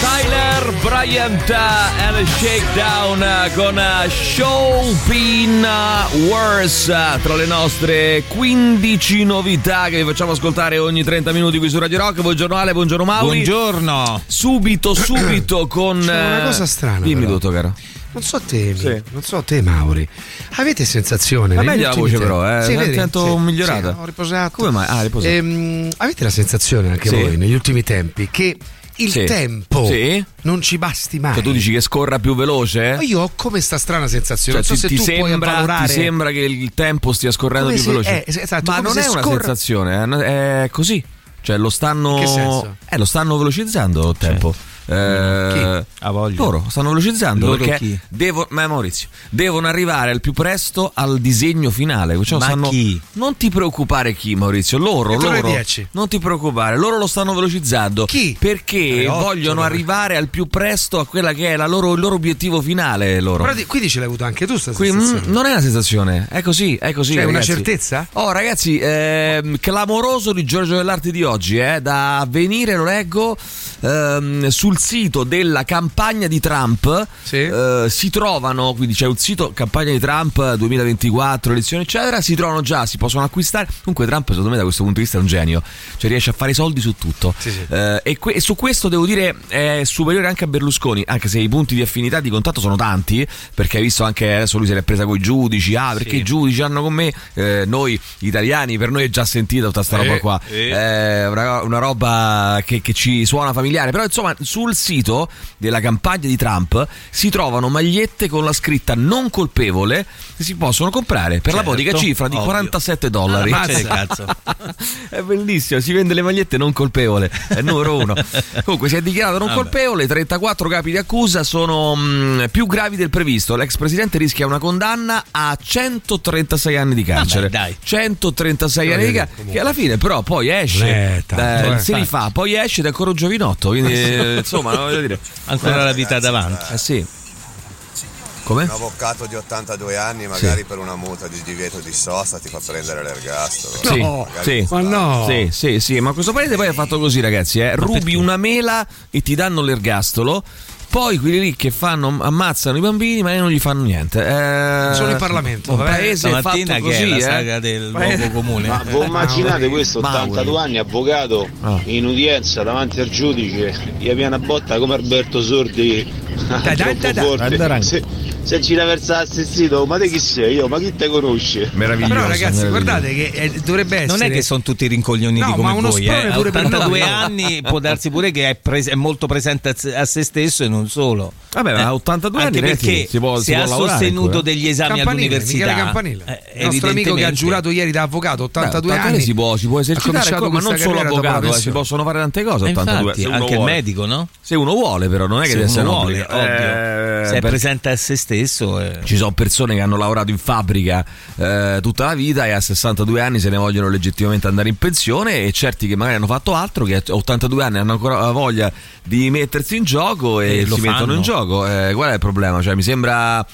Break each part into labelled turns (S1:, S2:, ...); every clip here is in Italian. S1: Tyler Bryant uh, and a Shakedown uh, con uh, Showpin Wars uh, tra le nostre 15 novità che vi facciamo ascoltare ogni 30 minuti qui su Radio Rock. Buongiorno Ale, buongiorno Mauri.
S2: Buongiorno.
S1: Subito, subito con...
S3: C'è una
S1: eh,
S3: cosa strana,
S1: Dimmi
S3: però.
S1: tutto, caro.
S3: Non so te, Mi-
S1: Sì.
S3: non so te Mauri. Avete sensazione?
S1: Ma
S3: negli
S1: meglio la
S3: ultimi
S1: voce,
S3: tempi-
S1: però, eh. Mi
S3: vedi?
S1: sento migliorata.
S3: sì, ho riposato.
S1: Come mai? Ah, hai riposato.
S3: Ehm, avete la sensazione anche
S1: Sì.
S3: voi negli ultimi tempi che il
S1: Sì.
S3: tempo Ah, eh.
S1: Sì.
S3: non ci basti mai?
S1: Cioè, tu dici che scorra più veloce?
S3: Ma io ho come sta strana sensazione.
S1: Cioè,
S3: non so
S1: ti,
S3: se
S1: ti
S3: tu puoi
S1: sembra,
S3: avvalorare.
S1: ti sembra che il tempo stia scorrendo
S3: Come
S1: più
S3: se- eh,
S1: veloce.
S3: es- esatto,
S1: Ma
S3: come
S1: non
S3: se
S1: è una
S3: scorra-
S1: sensazione, è una- è, così. Cioè, lo stanno.
S3: Che senso? Cioè,
S1: eh, lo stanno velocizzando il tempo. Eh,
S2: Chi? Ha voglia.
S1: Loro stanno velocizzando
S2: Loro
S1: perché
S2: chi?
S1: devo- ma è Maurizio, devono arrivare al più presto al disegno finale. Cioè,
S2: Ma
S1: stanno-
S2: chi?
S1: Non ti preoccupare chi, Maurizio. Loro,
S3: Intorno ai
S1: loro.
S3: 10.
S1: Non ti preoccupare, loro lo stanno velocizzando.
S3: Chi? Eh,
S1: Perché
S3: Alle otto,
S1: vogliono
S3: no?
S1: arrivare al più presto a quella che è la loro- il loro obiettivo finale. Loro.
S3: Però di- quindi ce l'hai avuto anche tu sta
S1: Qui, mm,
S3: sensazione.
S1: non è una sensazione, è così, è così.
S3: Cioè, è una
S1: ragazzi.
S3: certezza?
S1: Oh, ragazzi, ehm, clamoroso di Giorgio dell'Arte di oggi, eh, da venire, lo leggo, ehm, sul sito della campagna di Trump.
S3: Sì.
S1: eh, si trovano, quindi c'è un sito campagna di Trump 2024, elezioni, eccetera. Si trovano già, si possono acquistare. Comunque, Trump, secondo me, da questo punto di vista è un genio, cioè riesce a fare i soldi su tutto.
S3: Sì, sì.
S1: Eh, e, que- e su questo devo dire è superiore anche a Berlusconi, anche se i punti di affinità di contatto sono tanti, perché hai visto anche adesso lui se l'è presa con i giudici, ah perché i giudici hanno con me, eh, noi italiani, per noi è già sentita tutta sta roba qua, Eh, una, una roba che, che ci suona familiare, però insomma sul sito della campagna di Trump si trovano magliette con la scritta non colpevole che si possono comprare per la
S3: Certo.
S1: modica cifra di 47 dollari. Ah,
S3: Ah,
S1: È bellissimo, si vende le magliette non colpevole, è il numero uno. Comunque si è dichiarato non colpevole, 34 capi di accusa sono mh, più gravi del previsto. L'ex presidente rischia una condanna a 136 anni di carcere.
S2: Vabbè, dai.
S1: 136 anni di carcere, che alla fine però poi esce,
S3: Eh, tanto,
S1: eh,
S3: eh.
S1: se li fa, poi esce ed è ancora un giovinotto, quindi eh, insomma, voglio dire.
S2: Ancora la vita davanti.
S1: Eh sì. Come?
S4: Un avvocato di 82 anni, magari per una multa di divieto di sosta, ti fa prendere l'ergastolo.
S1: Sì, sì.
S4: Magari
S3: Ma no.
S1: Sì, sì, sì, ma questo paese poi è fatto così, ragazzi. eh. Rubi una mela e ti danno l'ergastolo. Poi quelli lì che fanno, ammazzano i bambini, ma non gli fanno niente. Eh,
S3: Sono in Parlamento,
S1: Un
S3: vabbè.
S1: paese è fatto
S2: Stamattina che è
S1: così,
S2: la
S1: eh.
S2: saga del luogo comune.
S5: Ma voi immaginate questo
S1: Mauri.
S5: 82 anni avvocato
S1: Ah.
S5: in udienza davanti al giudice, gli viene una botta come Alberto Sordi.
S3: dai, dai, dai.
S5: troppo forte. Se, se ci versa assistito, ma di chi sei io? Ma chi te conosce?
S1: Meraviglioso.
S3: Però ragazzi,
S1: meraviglioso.
S3: guardate che eh, dovrebbe essere
S2: Non è che sono tutti rincoglioniti
S3: No,
S2: come
S3: ma uno
S2: voi,
S3: sprone
S2: eh. A
S3: pure per
S2: 82
S3: noi.
S2: anni può darsi pure che è, pres- è molto presente a se- a se stesso e non solo. Eh,
S1: Vabbè, ma a 82
S2: anche
S1: anni, ragazzi,
S2: perché
S1: si può- si
S2: se
S1: può
S2: ha
S1: lavorare eh.
S2: sostenuto
S1: ancora.
S2: degli esami
S3: Campanile, Michele
S2: all'università,
S3: Campanile,
S2: eh,
S3: il nostro amico che ha
S2: evidentemente-
S3: giurato ieri da avvocato, 82
S1: Beh, 82
S3: anni.
S1: si può, si può
S3: ha
S1: esercitare,
S3: cominciato
S1: ancora, ma non
S3: questa
S1: solo
S3: carriera dopo la
S1: avvocato, eh, si
S3: pensione.
S1: possono fare tante cose.
S2: Eh,
S1: 82,
S2: infatti,
S1: se uno
S2: anche il
S1: vuole.
S2: medico, no?
S1: Se uno vuole, però, non è che
S2: Se
S1: deve essere
S2: uno
S1: un
S2: vuole,
S1: obbligo.
S2: ovvio.
S1: Eh,
S2: se è
S1: per-
S2: presente a se stesso, eh.
S1: Ci sono persone che hanno lavorato in fabbrica eh, tutta la vita e a 62 anni se ne vogliono legittimamente andare in pensione e certi che magari hanno fatto altro, che a 82 anni hanno ancora voglia di mettersi in gioco e,
S2: E Eh, lo
S1: si mettono
S2: fanno.
S1: in gioco. Eh, qual è il problema? Cioè, mi sembra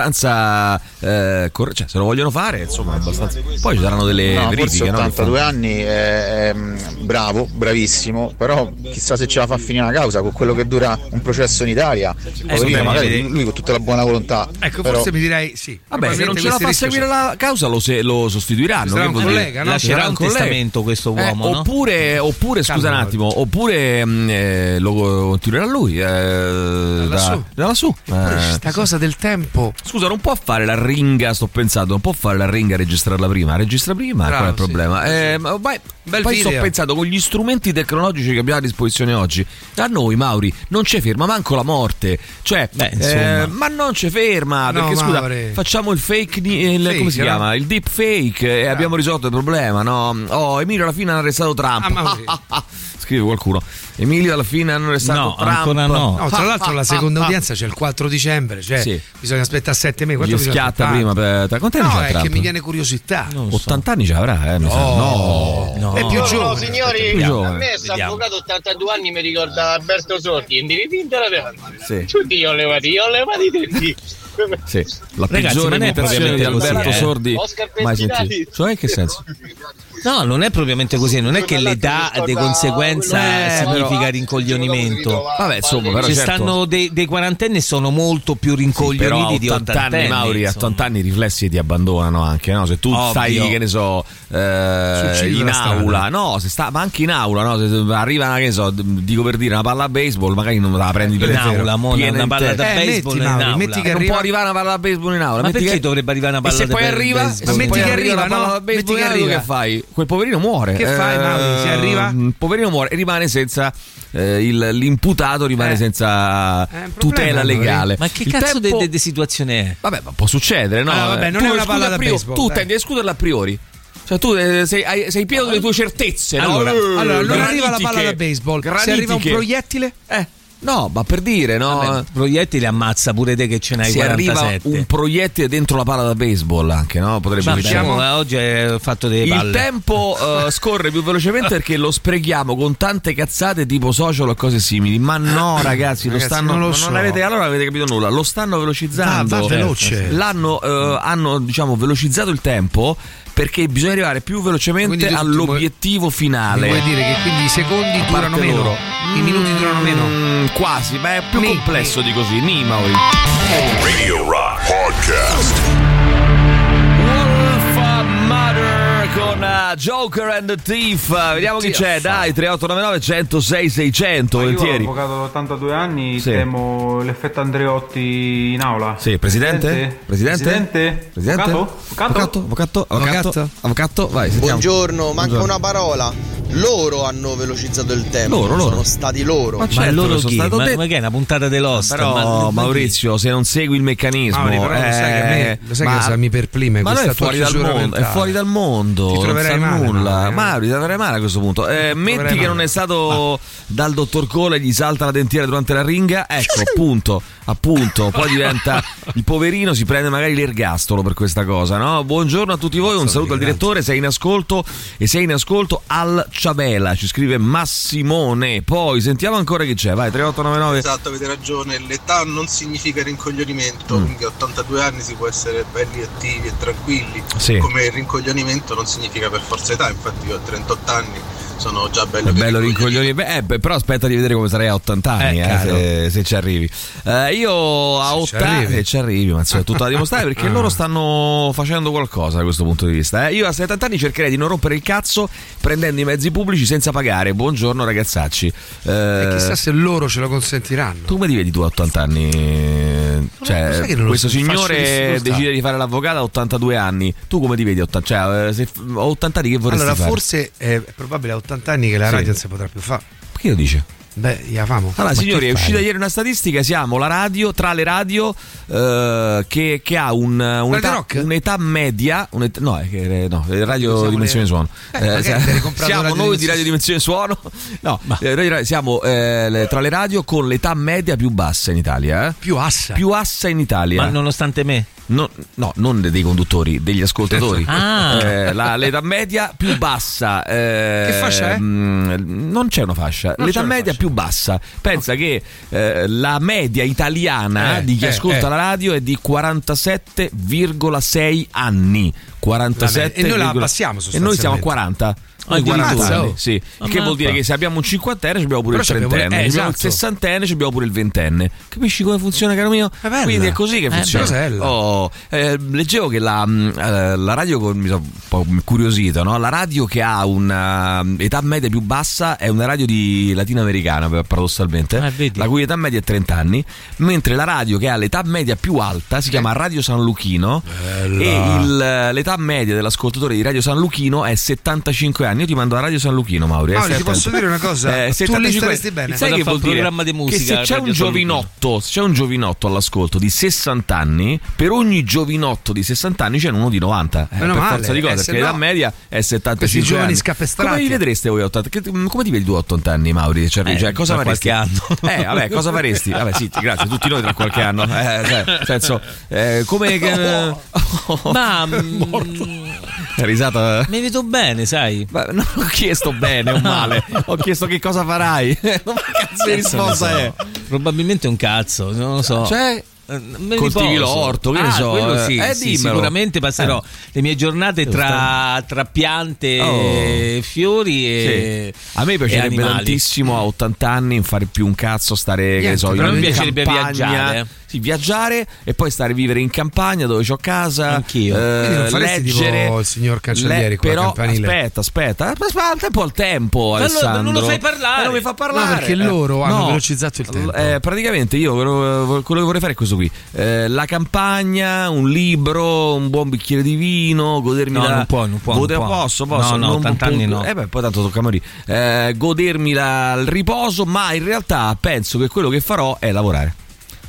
S1: abbastanza... eh, corre- cioè, se lo vogliono fare, insomma, abbastanza... Poi ci saranno delle
S6: No, forse
S1: verifiche. no, che
S6: 82
S1: fanno.
S6: anni è, è, mh, bravo, bravissimo, però chissà se ce la fa a finire una causa con quello che dura un processo in Italia. Poverino,
S2: vabbè,
S6: magari
S2: vedi.
S6: lui con tutta la buona volontà.
S3: Ecco,
S6: però-
S3: forse mi direi sì.
S1: Vabbè, se non
S3: Probabilmente
S1: ce la fa a
S3: questo rischio
S1: seguire la causa lo, se- lo sostituiranno.
S3: sarà
S1: che
S3: un
S1: vuol dire?
S3: collega, no?
S2: Lascerà
S1: Sarà
S2: un
S1: collega.
S2: testamento questo uomo,
S1: Eh,
S2: no?
S1: Oppure, oppure scusa un
S3: Calma,
S1: attimo, oppure mm, eh, lo continuerà lui. eh, da-
S3: su.
S1: da lassù.
S3: c'è.
S1: Eh,
S3: Sta cosa del tempo.
S1: Scusa, non può fare la ringa, sto pensando, non può fare la ringa a registrarla prima. Registra prima,
S3: Bravo,
S1: qual è il
S3: sì.
S1: problema? Eh, ma vai-
S3: Bel
S1: poi
S3: video.
S1: sto pensando, con gli strumenti tecnologici che abbiamo a disposizione oggi, a noi, Mauri, non ci ferma manco la morte. Cioè,
S2: Beh, insomma.
S1: eh, ma non ci ferma,
S3: No,
S1: perché scusa,
S3: Mauri.
S1: facciamo il fake, ni- il-
S3: Fake, Ah.
S1: come si
S3: no?
S1: chiama? Il Eh, deep fake e abbiamo risolto il problema, no? Oh, Emilio alla fine ha arrestato Trump.
S3: Ah, Mauri.
S1: scrive qualcuno. Emilio alla fine hanno arrestato
S2: No,
S1: Trump.
S2: ancora no.
S3: No, tra l'altro la seconda
S1: udienza
S3: udienza c'è il 4 dicembre, cioè
S1: Sì.
S3: bisogna aspettare 7 mesi. quanto
S1: Gli
S3: bisogna
S1: schiatta
S3: aspettare?
S1: prima per- da- quanti anni
S3: No,
S1: c'ha
S3: è
S1: Trump?
S3: che mi viene curiosità.
S1: 80 anni ce l'avrà, eh? mi sa. No,
S2: No.
S3: È più
S7: Buongiorno
S3: giovane.
S7: signori,
S1: Più giovane.
S7: a me questo
S2: Vediamo.
S7: avvocato 82 anni mi ricorda Alberto Sordi, in dipinta la terra.
S1: Sì.
S7: Tutti io ho levati, io ho levati i denti.
S1: Sì. La
S2: Ragazzi,
S1: peggiore
S2: ma non è
S1: imitazione di
S2: propriamente così,
S1: Alberto
S2: eh.
S1: Sordi
S7: Oscar
S1: mai
S7: Pestinati.
S1: sentita. Cioè, in che senso?
S2: No, non è propriamente così, non è che l'età di conseguenza
S1: Eh,
S2: significa rincoglionimento.
S1: Vabbè, insomma, però
S2: Ci
S1: certo.
S2: stanno dei, dei quarantenni e sono molto più
S1: Però a
S2: rincoglioniti di
S1: 80 anni, Mauri, a 80 anni i riflessi ti abbandonano anche, no? Se tu
S2: Ovvio.
S1: stai, che ne so, eh,
S3: Sul ciglio
S1: in
S3: della strada.
S1: aula, no, se sta, ma anche in aula, no? Se se arriva, che ne so, d- dico per dire, una palla a baseball, magari non la prendi per
S2: In
S1: terra,
S2: aula, mo,
S1: piena
S2: una
S1: in
S2: palla
S1: terra.
S2: da
S3: Eh,
S2: baseball
S3: metti,
S2: in
S3: Mauri,
S2: aula.
S3: metti che
S1: non
S3: arriva-
S1: può arrivare una palla a baseball in aula.
S2: Ma
S1: metti
S2: perché
S1: che-
S2: dovrebbe arrivare una palla
S1: E se
S2: da
S1: poi
S2: per-
S1: arriva,
S2: baseball?
S1: se
S3: Ma metti
S1: poi
S3: che arriva,
S1: la palla
S3: no?
S1: da baseball
S3: Metti che
S1: in aula, tu
S3: arriva.
S1: che fai? Quel poverino muore.
S3: Che fai, Mauri? Se arriva?
S1: Il poverino muore e rimane senza. eh, il- l'imputato rimane
S3: Eh.
S1: senza
S3: È un problema,
S1: tutela
S3: Mauri.
S1: legale.
S2: Ma che
S1: Il
S2: cazzo
S1: tempo-
S2: di situazione è?
S1: Vabbè, ma può succedere, no?
S3: Ah, vabbè, non
S1: Tu
S3: è una
S1: escludi
S3: palla
S1: a
S3: da
S1: priori-
S3: baseball,
S1: Tu
S3: dai.
S1: tendi a escluderla a priori. Cioè, tu eh, sei, hai- sei pieno delle tue certezze, no?
S2: Allora-
S1: Eh,
S3: Ah, Allora, non arriva la
S1: granitiche.
S3: palla da baseball, se arriva un
S1: Granitiche.
S3: proiettile,
S1: Eh, no, ma per dire, no?
S2: Vabbè, proiettili ammazza pure te che ce n'hai
S1: se arriva
S2: 47.
S1: un proiettile dentro la palla da baseball, anche, no? Potrebbe
S2: Vabbè,
S1: succedere.
S2: oh, eh, oggi ho fatto delle
S1: diciamo, Il
S2: palle.
S1: tempo eh, scorre più velocemente perché lo sprechiamo con tante cazzate tipo social o cose simili. Ma no, ragazzi, lo
S3: Ragazzi,
S1: stanno.
S3: non lo
S1: non
S3: so. Ah,
S1: avete, allora non avete capito nulla. Lo stanno velocizzando.
S3: Va- va veloce.
S1: L'hanno, eh, hanno, diciamo, velocizzato il tempo perché bisogna arrivare più velocemente
S3: Quindi tu ti vuoi-
S1: all'obiettivo
S3: mi
S1: finale.
S3: vuoi dire
S1: eh,
S3: che quindi i secondi durano
S1: parte
S3: meno,
S1: loro.
S3: i minuti durano meno.
S1: Mm, quasi, ma è più
S3: Mi-
S1: complesso di così. Ni, Mauri.
S3: Eh.
S8: Radio Rock Podcast.
S1: Wolf of Mother con eh, Joker and the Thief. Vediamo chi c'è, dai, 3899 106 600, volentieri.
S9: avvocato 82 anni,
S1: Sì.
S9: temo l'effetto Andreotti in aula.
S1: Sì, Eh, presidente?
S9: Presidente?
S1: Presidente? Presidente?
S9: Avvocato?
S1: Avvocato? Avvocato? Avvocato?
S3: Avvocato?
S1: Avvocato? Vai, sentiamo.
S7: manca una parola. Loro hanno velocizzato il tempo.
S1: Loro, loro. Sono
S7: stati loro.
S1: Ma
S2: Ma
S1: certo
S2: loro
S1: che sono
S2: chi?
S1: stato
S2: Ma,
S1: detto.
S2: ma che è una puntata dell'ost?
S1: Però Maurizio, se non segui il meccanismo,
S3: Mauri, però lo sai che a me-
S1: eh,
S3: lo sai che cosa mi perplime
S1: ma
S3: questa
S1: no, è
S3: tua
S1: fuori dal
S3: chiusura
S1: mondo, è
S3: mentale.
S1: fuori dal mondo,
S3: Ti
S1: non
S3: troverai
S1: sa
S3: male,
S1: nulla.
S3: Mauri, eh.
S1: Mauri, ti troverai male a questo punto. Eh, metti che
S3: male.
S1: non è stato dal dottor Cole gli salta la dentiera durante la ringa, ecco, punto, appunto, poi diventa il poverino si prende magari l'ergastolo per questa cosa, no? Buongiorno a tutti voi, un saluto al direttore, sei in ascolto e sei in ascolto al Ciabela, ci scrive Massimone. Poi sentiamo ancora chi c'è. Vai 3899
S7: Esatto, avete ragione, l'età non significa rincoglionimento, quindi a 82 anni si può essere belli, attivi e tranquilli,
S1: Sì.
S7: come il rincoglionimento non significa per forza età, infatti io a 38 anni sono già bello
S1: È
S7: che
S1: bello rincoglioni. Beh, eh, beh, però aspetta di vedere come sarei a 80 anni,
S3: Eh,
S1: eh,
S3: caro.
S1: se, se ci arrivi. Eh, io a
S3: ci
S1: 80 anni
S3: arrivi. Ah.
S1: ci arrivi, ma insomma, è tutto da dimostrare perché loro stanno facendo qualcosa da questo punto di vista. eh. Io a 70 anni cercherei di non rompere il cazzo prendendo i mezzi pubblici senza pagare. Buongiorno ragazzacci. Eh,
S3: E chissà se loro ce lo consentiranno.
S1: tu come ti vedi tu a 80 anni?
S3: lo
S1: Cioè,
S3: sai che non lo
S1: questo
S3: faccio
S1: signore
S3: nessuno sta.
S1: decide di fare l'avvocato a 82 anni. Tu come ti vedi a 80? Cioè, eh, se a 80 anni che vorresti
S3: Allora,
S1: fare?
S3: forse è probabile a 80 anni che la radio non si potrà più fare.
S1: Chi lo dice?
S3: Beh, la famo.
S1: Allora,
S3: Ma
S1: signori,
S3: che
S1: è
S3: fai?
S1: uscita ieri una statistica. Siamo la radio, tra le radio, eh, che, che ha un- un'età,
S3: Rock?
S1: un'età media. un'età- no, è che- eh, no, è radio
S3: Siamo
S1: Dimensione
S3: le-
S1: Suono.
S3: Eh, magari te l'hai comprato
S1: siamo
S3: Radio
S1: noi di
S3: Dimensione-
S1: Radio Dimensione Suono. No, eh, radio- siamo eh, le- tra le radio con l'età media più bassa in Italia. eh.
S3: più assa.
S1: Più bassa in Italia.
S2: Ma nonostante me,
S1: No, no, non dei conduttori, degli ascoltatori.
S2: Ah.
S1: Eh, la- l'età media più bassa. eh,
S3: Che fascia è?
S1: mm, non c'è una fascia. l'età media più bassa. Pensa che eh, la media italiana
S3: Eh,
S1: di chi
S3: eh,
S1: ascolta
S3: eh.
S1: la radio è di 47,6 anni. 47,
S3: E noi la abbassiamo,
S1: E noi siamo a
S3: sostanzialmente.
S1: 40. Noi
S3: quindi
S1: 40
S3: ammazza,
S1: anni,
S3: oh.
S1: sì. Il Che vuol dire che se abbiamo un cinquantenne ci abbiamo pure
S3: Però
S1: il
S3: ci abbiamo
S1: trentenne,
S3: pure- eh,
S1: ci abbiamo il
S3: esatto.
S1: sessantenne, ci abbiamo pure il ventenne. Capisci come funziona, caro mio?
S3: È bella.
S1: Quindi è così che
S3: Eh,
S1: funziona.
S3: bella.
S1: Oh, eh, leggevo che la, mh, eh, la radio, con- mi sono un po' incuriosito, no? la radio che ha un'età media più bassa è una radio di latinoamericana, per- paradossalmente,
S3: Eh,
S2: Ah, vedi.
S1: la cui età media è 30 anni, mentre la radio che ha l'età media più alta si
S3: Eh.
S1: chiama Radio San eh, Luchino e il- l'età media dell'ascoltatore di Radio San Luchino è 75 anni, anni, io ti mando a Radio San Luchino, Mauri. eh,
S3: Mauri,
S1: stai
S3: ti posso
S1: attento. Eh,
S3: dire una cosa? Tu lì staresti bene.
S1: Sai
S3: Vado
S1: che
S3: a fare un
S1: vuol dire?
S3: programma di musica
S1: Che se
S3: a
S1: c'è un
S3: Radio San Luchino.
S1: giovinotto, se c'è un giovinotto all'ascolto di 60 anni, per ogni giovinotto di 60 anni c'è uno di 90. Eh,
S3: Meno
S1: per
S3: male,
S1: forza di cosa,
S3: eh, se
S1: perché
S3: no-
S1: l'età media è 75
S3: Questi giovani
S1: anni.
S3: scapestrati.
S1: Come vi vedreste voi a 80? Che- mm, come ti vedi tu a 80 anni, Mauri? Cioè,
S2: Eh,
S1: cioè, cosa
S2: tra
S1: faresti?
S2: qualche anno.
S1: Eh, vabbè, cosa faresti? Vabbè, sì, ti- grazie, tutti noi tra qualche anno. Eh, cioè, nel senso, eh, come che
S2: Ma mm,
S1: La risata
S2: mi vedo bene, sai.
S1: ma non ho chiesto bene o male, ho chiesto che cosa farai. Ma che cazzo di risposta è?
S2: Certo, Probabilmente un cazzo, non lo so.
S1: Cioè,
S2: Eh, me ne
S1: coltivi
S2: riposo.
S1: l'orto, che ne
S2: Ah,
S1: so,
S2: quello sì,
S1: eh,
S2: sì,
S1: dimmelo. Eh.
S2: sicuramente passerò le mie giornate tra, tra piante e fiori e
S1: Oh. Sì. A me piacerebbe
S2: e animali.
S1: tantissimo a 80 anni non fare più un cazzo, stare che ne so,
S2: Niente,
S1: in
S2: però mi piacerebbe
S1: campagna.
S2: viaggiare.
S1: Sì, viaggiare e poi stare a vivere in campagna dove ho casa.
S2: Anch'io.
S1: eh,
S3: Quindi non faresti
S1: leggere,
S3: tipo il signor cancelliere con la
S1: però,
S3: campanile?
S1: Aspetta, aspetta, eh, aspetta, un tempo al tempo.
S2: Ma allora,
S1: Alessandro.
S2: non lo fai parlare.
S1: Eh, non mi fa parlare.
S3: No, perché loro hanno
S1: no.
S3: velocizzato il tempo.
S1: Eh, praticamente io quello, quello che vorrei fare è questo qui: Eh, la campagna, un libro, un buon bicchiere di vino, godermi
S2: No,
S1: la.
S2: non può, non può, non
S1: Goder-
S2: può.
S1: Posso, posso.
S2: No, no,
S1: non
S2: 80 anni no.
S1: Eh beh, poi tanto tocca a morire. Eh, godermi la- il riposo, ma in realtà penso che quello che farò è lavorare.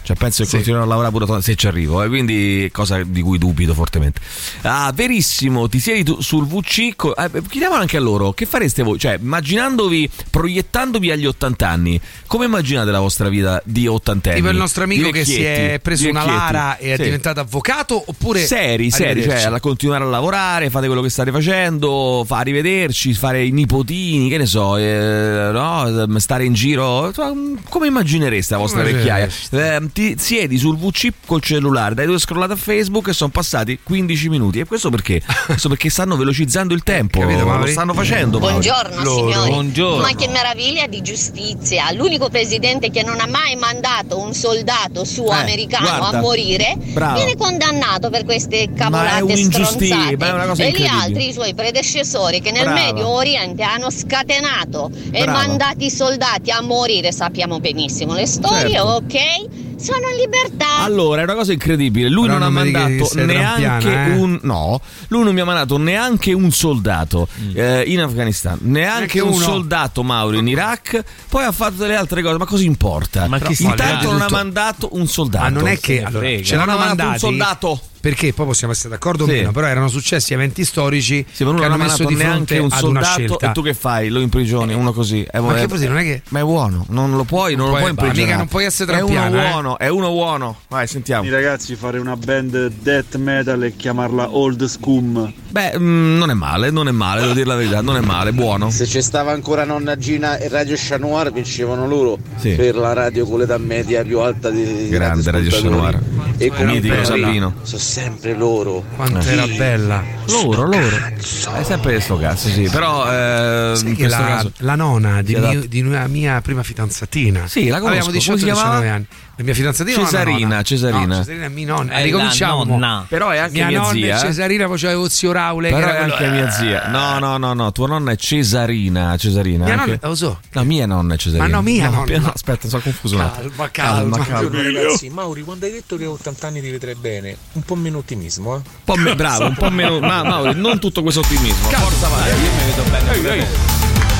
S1: Cioè, penso che continuerò a lavorare pure to- se ci arrivo, eh, quindi cosa di cui dubito fortemente. Ah, verissimo, ti siedi tu sul VC. co- eh, chiediamolo anche a loro: che fareste voi? Cioè, immaginandovi, proiettandovi agli 80 anni, come immaginate la vostra vita di 80 anni?
S3: Tipo il nostro amico che si è preso una Lara e è diventato avvocato oppure
S1: Seri, seri,
S3: Arrivederci.
S1: cioè alla- continuare a lavorare, fate quello che state facendo, fa arrivederci, fare i nipotini, che ne so, eh, no, stare in giro. Insomma, Come immaginereste la vostra
S3: Come
S1: vecchiaia? Eh, ti siedi sul VC col cellulare, dai due scrollate a Facebook e sono passati 15 minuti. E questo perché? Questo perché stanno velocizzando il tempo,
S3: Eh, Capito,
S1: lo
S3: Mauri?
S1: stanno facendo. Mauri.
S10: Buongiorno
S3: Loro.
S10: signori.
S2: Buongiorno.
S10: Ma che meraviglia di giustizia. L'unico presidente che non ha mai mandato un soldato suo
S1: Eh,
S10: americano
S1: guarda.
S10: a morire
S1: Bravo.
S10: viene condannato per queste
S1: Ma è
S10: cavolate
S1: un'ingiustizia,
S10: stronzate.
S1: ma è una cosa
S10: e gli
S1: incredibile.
S10: altri i suoi predecessori che nel
S1: Brava.
S10: Medio Oriente hanno scatenato e
S1: Brava.
S10: mandati i soldati a morire, sappiamo benissimo le storie,
S1: Certo.
S10: ok? Sono in libertà.
S1: Allora, è una cosa incredibile. Lui
S3: Però
S1: non,
S3: non
S1: ha
S3: mi dica che
S1: mandato
S3: sei
S1: neanche
S3: trampiana, eh.
S1: un. No, lui non mi ha mandato neanche un soldato eh, in Afghanistan, neanche
S3: Mm. Neanche
S1: un
S3: uno.
S1: soldato Mauro in Iraq. Poi ha fatto delle altre cose. Ma cosa importa?
S2: Ma chi si
S1: Intanto
S2: frega?
S1: non ha
S3: Tutto.
S1: mandato un soldato.
S3: Ma non è che
S2: ne
S3: allora,
S2: frega.
S3: ce l'hanno
S1: Non hanno
S3: mandato
S1: mandato un soldato.
S3: Perché poi possiamo essere d'accordo o
S1: Sì.
S3: meno, però erano successi eventi storici
S1: Sì, ma non
S3: che
S1: hanno
S3: hanno messo
S1: mandato
S3: di
S1: neanche
S3: fronte
S1: un
S3: ad una
S1: soldato.
S3: scelta.
S1: E tu che fai? Lo imprigioni, uno così. Eh,
S3: Ma
S1: eh,
S3: che così, non è che-
S1: Ma è buono, non lo puoi, non,
S3: puoi-
S1: lo puoi
S3: bah, mica
S1: imprigionare.
S3: non puoi essere
S1: È uno
S3: trampiano, eh.
S1: buono, è uno buono. Vai, sentiamo.
S9: Ragazzi, fare una band death metal e chiamarla Old Scum.
S1: Beh, mm, non è male, non è male, devo dire la verità, non è male, buono.
S5: Se ci stava ancora Nonna Gina e Radio Chanoir vincevano loro
S1: Sì.
S5: per la radio con l'età media più alta di
S1: Grande Radio
S5: radioascoltatori.
S1: Chanoir.
S5: E come
S1: Mitico
S5: Perry,
S1: Sabino.
S5: Sono sempre loro.
S3: Quanto era bella.
S1: Eh. Loro, loro. È sempre sto cazzo, sì. Però eh,
S3: Sai
S1: in
S3: che
S1: questo
S3: la,
S1: caso.
S3: la nonna di,
S1: Sì,
S3: mio-
S1: esatto.
S3: di una mia prima fidanzatina.
S1: Sì, la
S3: Avevamo
S1: conosco. Come si
S3: 18 19
S1: chiamava?
S3: anni. La mia fidanzatina o la
S1: Cesarina,
S3: nonna?
S1: Cesarina.
S3: No, Cesarina è mia nonna.
S2: È la
S3: Ricominciamo.
S2: nonna.
S1: Però è anche
S3: Mia,
S1: mia,
S3: nonna
S1: zia.
S3: e
S1: eh.
S3: Cesarina poi c'avevo zio Raule che
S1: Però è
S3: era
S1: anche
S3: quello-
S1: mia zia. No, no, no, no, tua nonna è Cesarina. Cesarina.
S3: Mia
S1: anche-
S3: nonna- lo so.
S1: No, mia nonna è Cesarina.
S3: Ma no, mia
S1: no,
S3: nonna.
S1: pi- no, Aspetta, sono confuso. un attimo.
S3: Calma, calma.
S7: Ragazzi, Mauri, quando hai detto che a 80 anni ti vedrai bene, un po' meno ottimismo, eh?
S1: Un po' me- bravo, un po' meno. Ma Mauri, non tutto questo ottimismo. Forza vai. Io mi vedo bene.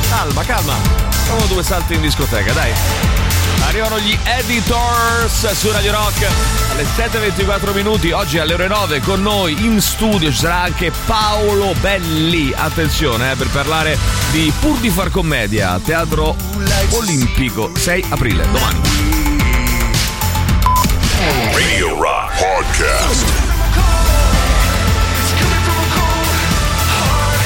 S1: Calma, calma. Facciamo due salti in discoteca, dai. Arrivano gli editors su Radio Rock alle 7.24 minuti, oggi alle ore 9 con noi in studio ci sarà anche Paolo Belli, attenzione eh, per parlare di Pur di far commedia, Teatro Olimpico, 6 aprile, domani.
S8: Radio Rock Podcast.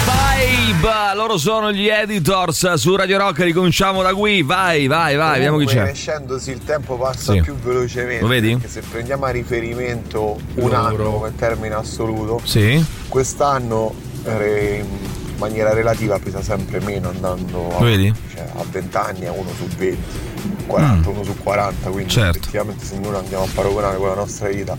S1: Vibe, loro sono gli editors su Radio Rock, ricominciamo da qui, vai, vai, vai, vediamo chi c'è.
S7: Crescendosi il tempo passa
S1: Sì.
S7: più velocemente.
S1: Lo vedi?
S7: perché se prendiamo a riferimento un anno come termine assoluto,
S1: Sì,
S7: quest'anno eh, in maniera relativa pesa sempre meno andando a,
S1: Lo vedi?
S7: cioè, a 20 anni, a 1 su 20, 40, 1 su 40, quindi
S1: Certo.
S7: effettivamente se noi lo andiamo a paragonare con la nostra vita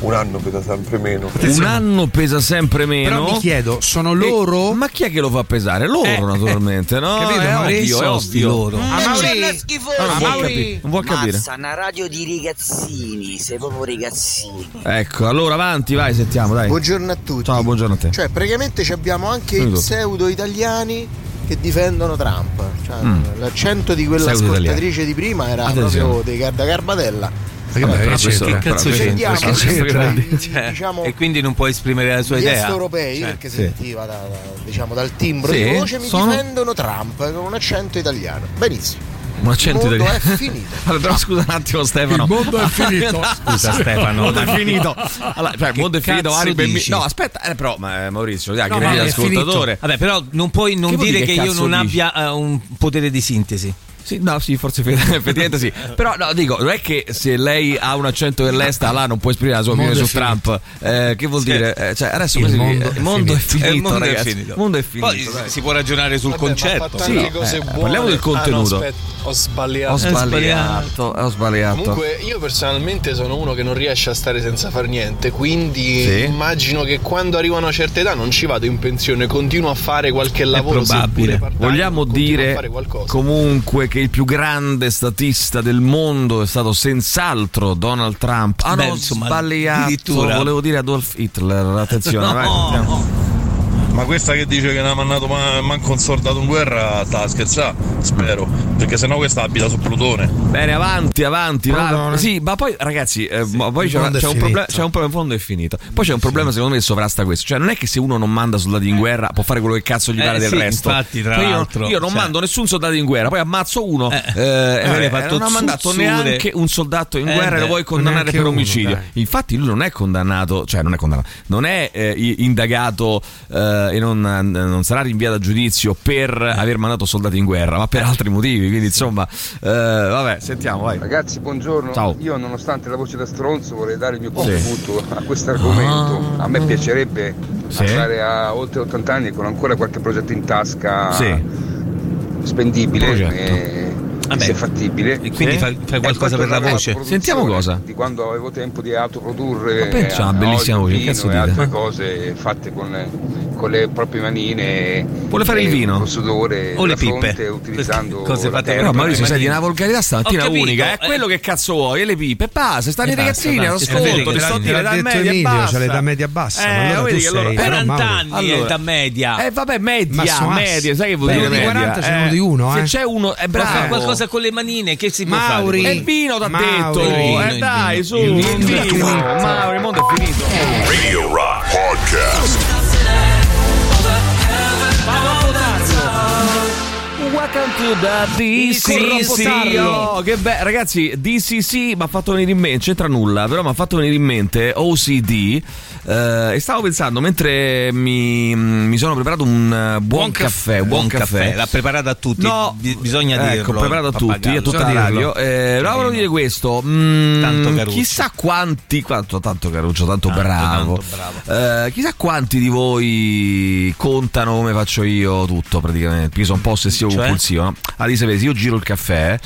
S4: Un anno pesa sempre meno.
S1: Un anno pesa sempre meno.
S3: Però mi chiedo, sono loro?
S1: ma chi è che lo fa pesare? Loro,
S3: Eh, eh.
S1: naturalmente, no?
S3: Capito,
S1: è
S3: Maurizio?
S1: ovvio, è ovvio.
S3: Loro.
S1: Mm.
S3: Ah, Mauri-
S1: Ah, non vuol capire, non vuol capire.
S11: Mazza, una radio di ragazzini, sei proprio ragazzini.
S1: Ecco, allora avanti, vai, sentiamo, dai.
S12: Buongiorno a tutti.
S1: Ciao, buongiorno a te.
S12: Cioè, praticamente ci abbiamo anche i
S1: Prego.
S12: pseudo italiani che difendono Trump. Cioè,
S1: Mm.
S12: L'accento di quella
S1: Pseudo italiani.
S12: ascoltatrice di prima era
S1: Attenzione.
S12: proprio dei gar- da Garbatella.
S1: Vabbè, però
S2: Che
S1: questo- però
S2: cazzo
S1: questo-
S2: c'entra?
S1: questo-
S2: Che
S1: questo-
S2: c'entra?
S1: questo-
S2: Cioè,
S12: diciamo,
S2: e quindi non puoi esprimere la sua
S12: Gli
S2: idea.
S1: Certo.
S12: est europei,
S2: Cioè,
S12: perché
S2: sì.
S12: sentiva da- da- diciamo, dal timbro
S2: Sì,
S12: di voce, mi
S2: sono-
S12: difendono Trump con un accento italiano. Benissimo.
S1: Un accento
S12: Il mondo
S1: italiano.
S12: è finito.
S1: Allora, però scusa un attimo Stefano.
S12: Il mondo è
S3: finito.
S1: Scusa Stefano. Il mondo è
S3: dai.
S1: finito. Allora, cioè, il
S3: Che
S1: mondo è finito,
S3: cazzo
S1: Ari Benmi-
S3: dici?
S1: No, aspetta, eh, però ma, eh, Maurizio, dai,
S2: No,
S1: che
S2: ma
S1: vedi
S2: è
S1: l'ascoltatore.
S2: finito. Vabbè, però non puoi non
S1: Che vuol
S2: dire
S1: dire
S2: che
S1: che
S2: io
S1: cazzo
S2: non
S1: dici?
S2: abbia eh, un potere di sintesi.
S1: Sì, no, sì, forse effettivamente sì. Però no, dico, non è che se lei ha un accento dell'est là non può esprimere la sua
S2: Il
S1: opinione
S2: mondo
S1: su
S2: è
S1: Trump. Eh, che vuol dire? Eh, cioè, adesso così- eh, il mondo è finito, ragazzi. Il mondo è finito.
S2: Poi
S1: dai.
S2: si può ragionare sul concetto.
S1: Sì, eh, parliamo del contenuto.
S13: Ah, ho sbagliato. Eh,
S7: eh,
S1: Ho sbagliato, ho sbagliato.
S13: Comunque io personalmente sono uno che non riesce a stare senza far niente, quindi
S1: Sì.
S13: immagino che quando arrivo a una certa età non ci vado in pensione, continuo a fare qualche lavoro. seppure part-time,
S1: Vogliamo
S13: continuo a
S1: dire
S13: fare qualcosa.
S1: comunque che il più grande statista del mondo è stato senz'altro Donald Trump. Ah
S2: Beh,
S1: no,
S2: insomma,
S1: sbagliato.
S2: addirittura.
S1: Volevo dire Adolf Hitler, attenzione. eh.
S2: No.
S1: vai, andiamo.
S14: Ma questa che dice che non ha mandato ma- manco un soldato in guerra sta a scherzare, spero. Perché sennò questa abita su Plutone.
S1: Bene, avanti, avanti,
S14: Pronto,
S1: va-
S14: no?
S1: Sì, ma poi ragazzi, eh, ma poi
S14: il
S1: c'è,
S14: mondo è
S1: c'è un
S14: finito.
S1: problema, c'è un problema, il fondo è finito. Poi c'è un problema secondo me che sovrasta questo, cioè non è che se uno non manda soldati in guerra può fare quello che cazzo gli
S2: Eh,
S1: pare del
S2: sì,
S1: resto.
S2: infatti, tra
S1: Cioè, io,
S2: l'altro,
S1: io non
S2: cioè-
S1: mando nessun soldato in guerra, poi ammazzo uno eh,
S2: eh,
S1: eh,
S2: fatto
S1: non ha mandato
S2: zuzzure.
S1: neanche un soldato in
S2: Eh,
S1: guerra e lo
S2: beh,
S1: vuoi condannare
S2: neanche
S1: per
S2: uno,
S1: omicidio.
S2: dai.
S1: Infatti lui non è condannato, cioè non è condannato, non è eh, i- indagato eh, e non, non sarà rinviato a giudizio per aver mandato soldati in guerra, ma
S3: Eh.
S1: per altri motivi, quindi insomma, eh, vabbè, sentiamo, vai.
S15: Ragazzi, buongiorno.
S1: Ciao.
S15: Io, nonostante la voce da stronzo, vorrei dare il mio
S1: Sì. Ah.
S15: contributo a questo argomento. A me piacerebbe
S1: Sì.
S15: arrivare a oltre 80 anni con ancora qualche progetto in tasca
S1: Sì.
S15: spendibile.
S1: Progetto. Ah,
S15: E... Se fattibile, e
S2: quindi fai- fai qualcosa per la voce.
S1: Sentiamo cosa.
S15: Di quando avevo tempo di autoprodurre,
S1: Ma pensa,
S15: eh,
S1: bellissima
S15: olio,
S1: voce, che
S15: vino
S1: cazzo
S15: e
S1: dite?
S15: altre cose fatte con, con le proprie manine, eh,
S1: Vuole fare
S15: e
S1: il vino?
S15: col sudore,
S1: O le
S15: la fronte,
S1: pippe?
S15: utilizzando
S1: Cose
S15: la
S1: fatte con-
S15: terra,
S1: Però Maurizio,
S15: le
S1: sai, di una volgarità stamattina
S15: Ho capito,
S1: unica. eh? È quello che cazzo vuoi, e le pipe, passa, stanno i
S3: Eh. E basta,
S1: ragazzini,
S3: basta.
S1: ascolto,
S3: È vero,
S1: ti sto a
S3: te l'ha
S1: dire da
S3: detto
S1: media e
S3: Emilio,
S1: bassa.
S3: c'è l'età media bassa, ma
S1: Eh,
S3: allora tu
S1: vedi che
S3: sei-
S1: loro-
S3: però,
S1: 40
S3: Mauro-
S1: anni
S3: Allora-
S1: età
S2: media.
S1: Eh vabbè, media,
S3: Massimo Ass.
S1: media, sai che vuol
S3: Quello
S1: dire
S3: di
S1: media?
S3: 40 ce n'è uno di uno, eh.
S1: Se c'è uno, è
S2: Può fare
S1: bravo.
S2: qualcosa con le manine, che si può
S1: Mauri,
S2: fare?
S1: è il vino t'ha detto, eh dai, su, il
S2: mondo è
S1: vino,
S2: finito.
S1: Mauri, il mondo è finito.
S8: Radio Rock Podcast.
S1: Welcome to the DCC. Oh, che be- ragazzi, DCC mi ha fatto venire in mente, c'entra nulla, però mi ha fatto venire in mente OCD. eh, e stavo pensando, mentre mi, mi sono preparato un eh, buon, caffè, buon caffè,
S2: L'ha preparata a tutti.
S1: No,
S2: Bi- bisogna dirlo.
S1: Ecco, preparato a tutti,
S2: pappagallo.
S1: a tutta la
S2: Bisogna
S1: radio.
S2: dirlo.
S1: Eh, però volevo dire questo: mm,
S2: Tanto Caruccio.
S1: chissà quanti, quanto, tanto Caruccio, tanto, bravo. Eh, chissà quanti di voi contano come faccio io tutto praticamente. Perché sono un po' ossessivo
S2: Cioè?
S1: compulsivo. No? Allora, sapete, se io giro il caffè,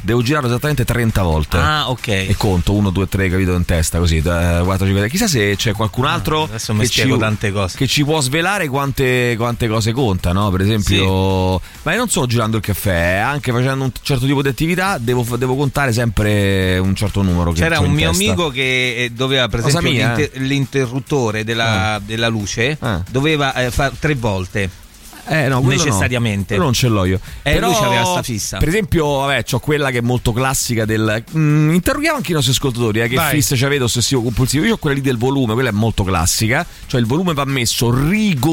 S1: devo girarlo esattamente 30 volte.
S2: Ah, ok.
S1: E conto 1, 2, 3, capito in testa così. eh, 4, 5, 6. Chissà se c'è qualcun altro
S2: Ah, adesso mi
S1: che,
S2: spiego
S1: ci,
S2: tante
S1: che ci può svelare quante, quante cose conta, no? Per esempio, ma io non solo girando il caffè, eh, anche facendo un certo tipo di attività, devo, devo contare sempre un certo numero. Che
S2: C'era
S1: ho in
S2: un mio
S1: testa.
S2: amico che eh, doveva, per
S1: Cosa
S2: esempio,
S1: mia, Ah.
S2: l'inter- l'interruttore della, della luce doveva eh, far tre volte.
S1: Eh, no, quello no.
S2: necessariamente.
S1: Quello non ce l'ho io.
S2: Eh,
S1: Però,
S2: lui c'aveva sta fissa.
S1: Per esempio, vabbè, c'ho quella che è molto classica del. Mm, interroghiamo anche i nostri ascoltatori, eh, che
S2: Vai.
S1: fissa ci avete ossessivo compulsivo. Io ho quella lì del volume, quella è molto classica. Cioè, il volume va messo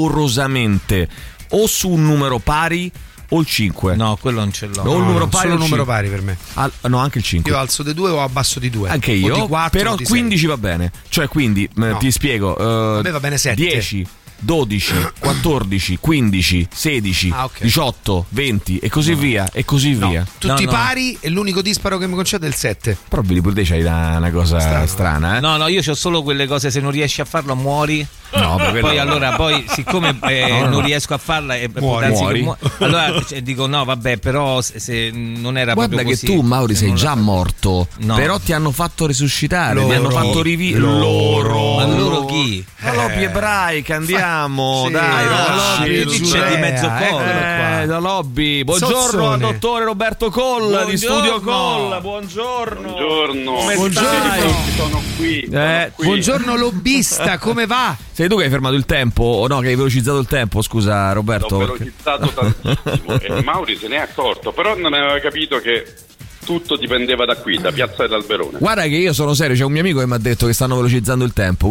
S1: rigorosamente o su un numero pari o il 5. No,
S2: quello non ce l'ho.
S1: O il numero pari
S3: solo
S1: o il
S3: numero
S1: 5.
S3: pari per me.
S1: Al- no, anche il 5.
S3: Io alzo di 2 o abbasso di 2.
S1: Anche io,
S3: O di 4,
S1: però 15 va bene. Cioè, quindi eh,
S3: No.
S1: ti spiego: eh,
S3: A me va bene sette.
S1: 10, 12, 14, 15, 16,
S3: Ah, ok.
S1: 18, 20 e così via e così via.
S3: Tutti pari e l'unico disparo che mi concede è il 7.
S1: Però Billy pure te c'hai una, una cosa strana, eh?
S2: No, no, io ho solo quelle cose, se non riesci a farlo muori.
S1: No, ma quello-
S2: poi allora, poi siccome eh,
S1: No, no, no.
S2: non riesco a farla, e può
S1: Muori.
S2: darsi che
S1: Muori.
S2: allora cioè, dico no, vabbè, però se, se non era
S1: Guarda
S2: proprio
S1: che
S2: così.
S1: tu, Mauri,
S2: se
S1: sei
S2: non la-
S1: già morto,
S2: No.
S1: però ti hanno fatto resuscitare,
S2: Loro.
S1: ti hanno fatto rivivere.
S2: Loro. Ma loro chi?
S3: Eh.
S1: La lobby ebraica, andiamo,
S3: Oh,
S2: Sì.
S1: dai,
S2: Ah,
S1: Rocci,
S2: lobby
S1: Giulia.
S2: c'è di mezzo popolo qua.
S1: Eh, la lobby. Buongiorno al
S2: Sozzone.
S1: dottore Roberto Colla di Studio Colla.
S16: buongiorno. Buongiorno.
S1: Buongiorno.
S16: Sono qui.
S1: Eh,
S3: Buongiorno lobbista, come va?
S1: Sei tu che hai fermato il tempo o no? Che hai velocizzato il tempo? Scusa, Roberto.
S16: L'ho
S1: perché-
S16: velocizzato tantissimo e Eh, Mauri se ne è accorto, però non aveva capito che tutto dipendeva da qui, da Piazza dell'Alberone.
S1: Guarda che io sono serio, c'è un mio amico che mi ha detto che stanno velocizzando il tempo,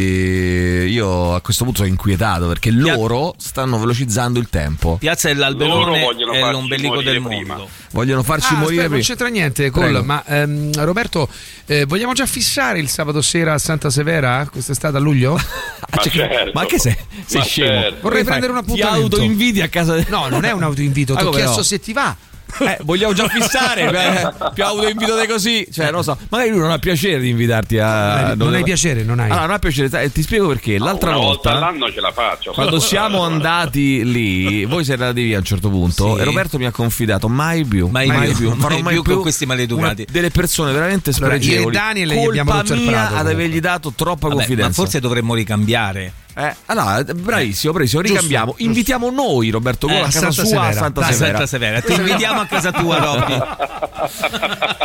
S1: quindi io a questo punto sono inquietato perché loro stanno velocizzando il tempo.
S2: Piazza
S16: Loro
S2: dell'Alberone
S16: vogliono
S2: è
S16: farci
S2: l'ombelico
S16: morire
S2: del
S16: prima.
S2: mondo.
S1: Vogliono farci
S3: Ah,
S1: morire
S3: aspetta, non
S1: prima.
S3: c'entra niente, Col,
S1: Prego.
S3: ma ehm, Roberto, eh, vogliamo già fissare il sabato sera a Santa Severa? Quest'estate a luglio?
S16: Ma, certo.
S1: ma che sei- sei
S16: Ma
S1: scemo?
S16: certo.
S3: Vorrei
S1: Come fai?
S3: prendere un
S1: Ti
S3: appuntamento.
S1: autoinvidi a casa
S3: No, non è un autoinvito,
S1: Ah,
S3: ti ho
S1: come no?
S3: chiesto se ti va.
S1: Eh, vogliamo già fissare, beh, più autoinvito di così, cioè non lo so, magari lui non ha piacere di invitarti a...
S3: Non hai- non hai piacere, non hai.
S1: Allora, non ha piacere, sai, ti spiego perché, l'altra
S16: Ah, Una volta
S1: volta...
S16: all'anno ce la faccio.
S1: Quando siamo andati lì, voi siete andati via a un certo punto
S2: Sì.
S1: e Roberto mi ha confidato mai più,
S2: Mai più,
S1: non farò
S2: mai più con questi maleducati.
S1: una- delle persone veramente
S2: Allora, io e
S1: spregevoli.
S2: Daniel gli
S1: Colpa
S2: abbiamo rotto il
S1: mia
S2: prato,
S1: ad
S2: comunque.
S1: avergli dato troppa
S2: Vabbè,
S1: confidenza.
S2: ma forse dovremmo ricambiare.
S1: Eh, allora, bravissimo, bravissimo,
S2: Giusto,
S1: ricambiamo. Invitiamo noi Roberto Gola
S2: Eh,
S1: a casa
S2: Santa
S1: sua a
S2: Severa.
S1: Santa
S2: Dai,
S1: Severa.
S2: Santa Severa. Ti invitiamo a casa tua, Robby.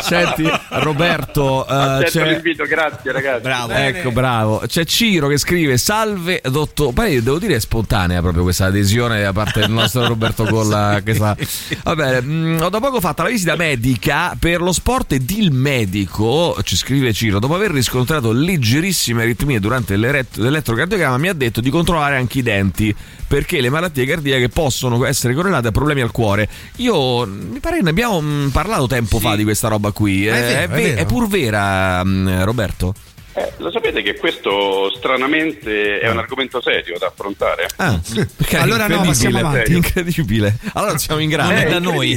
S1: Senti, Roberto, eh,
S16: Accetto
S1: c'è-
S16: l'invito, grazie ragazzi.
S2: Bravo.
S1: Ecco, bravo. C'è Ciro che scrive: Salve, dottor. Poi devo dire è spontanea proprio questa adesione da parte del nostro Roberto Colla. che sa- Va bene, mm, ho da poco fatto la visita medica per lo sport ed il medico, ci scrive Ciro, dopo aver riscontrato leggerissime aritmie durante l'eret- l'elettrocardiogramma, mi ha detto di controllare anche i denti perché le malattie cardiache possono essere correlate a problemi al cuore. Io mi pare che ne abbiamo mm, parlato tempo fa di questa roba qui.
S3: Ma è
S1: Eh,
S3: vero, è
S1: ve-
S3: vero.
S1: è pur vera, mm, Roberto?
S16: Eh, lo sapete che questo stranamente
S1: Eh.
S16: è un argomento serio da affrontare?
S1: Ah, ok,
S3: Allora no, passiamo
S1: incredibile,
S3: avanti.
S1: Incredibile. Allora siamo in grado.
S16: Eh,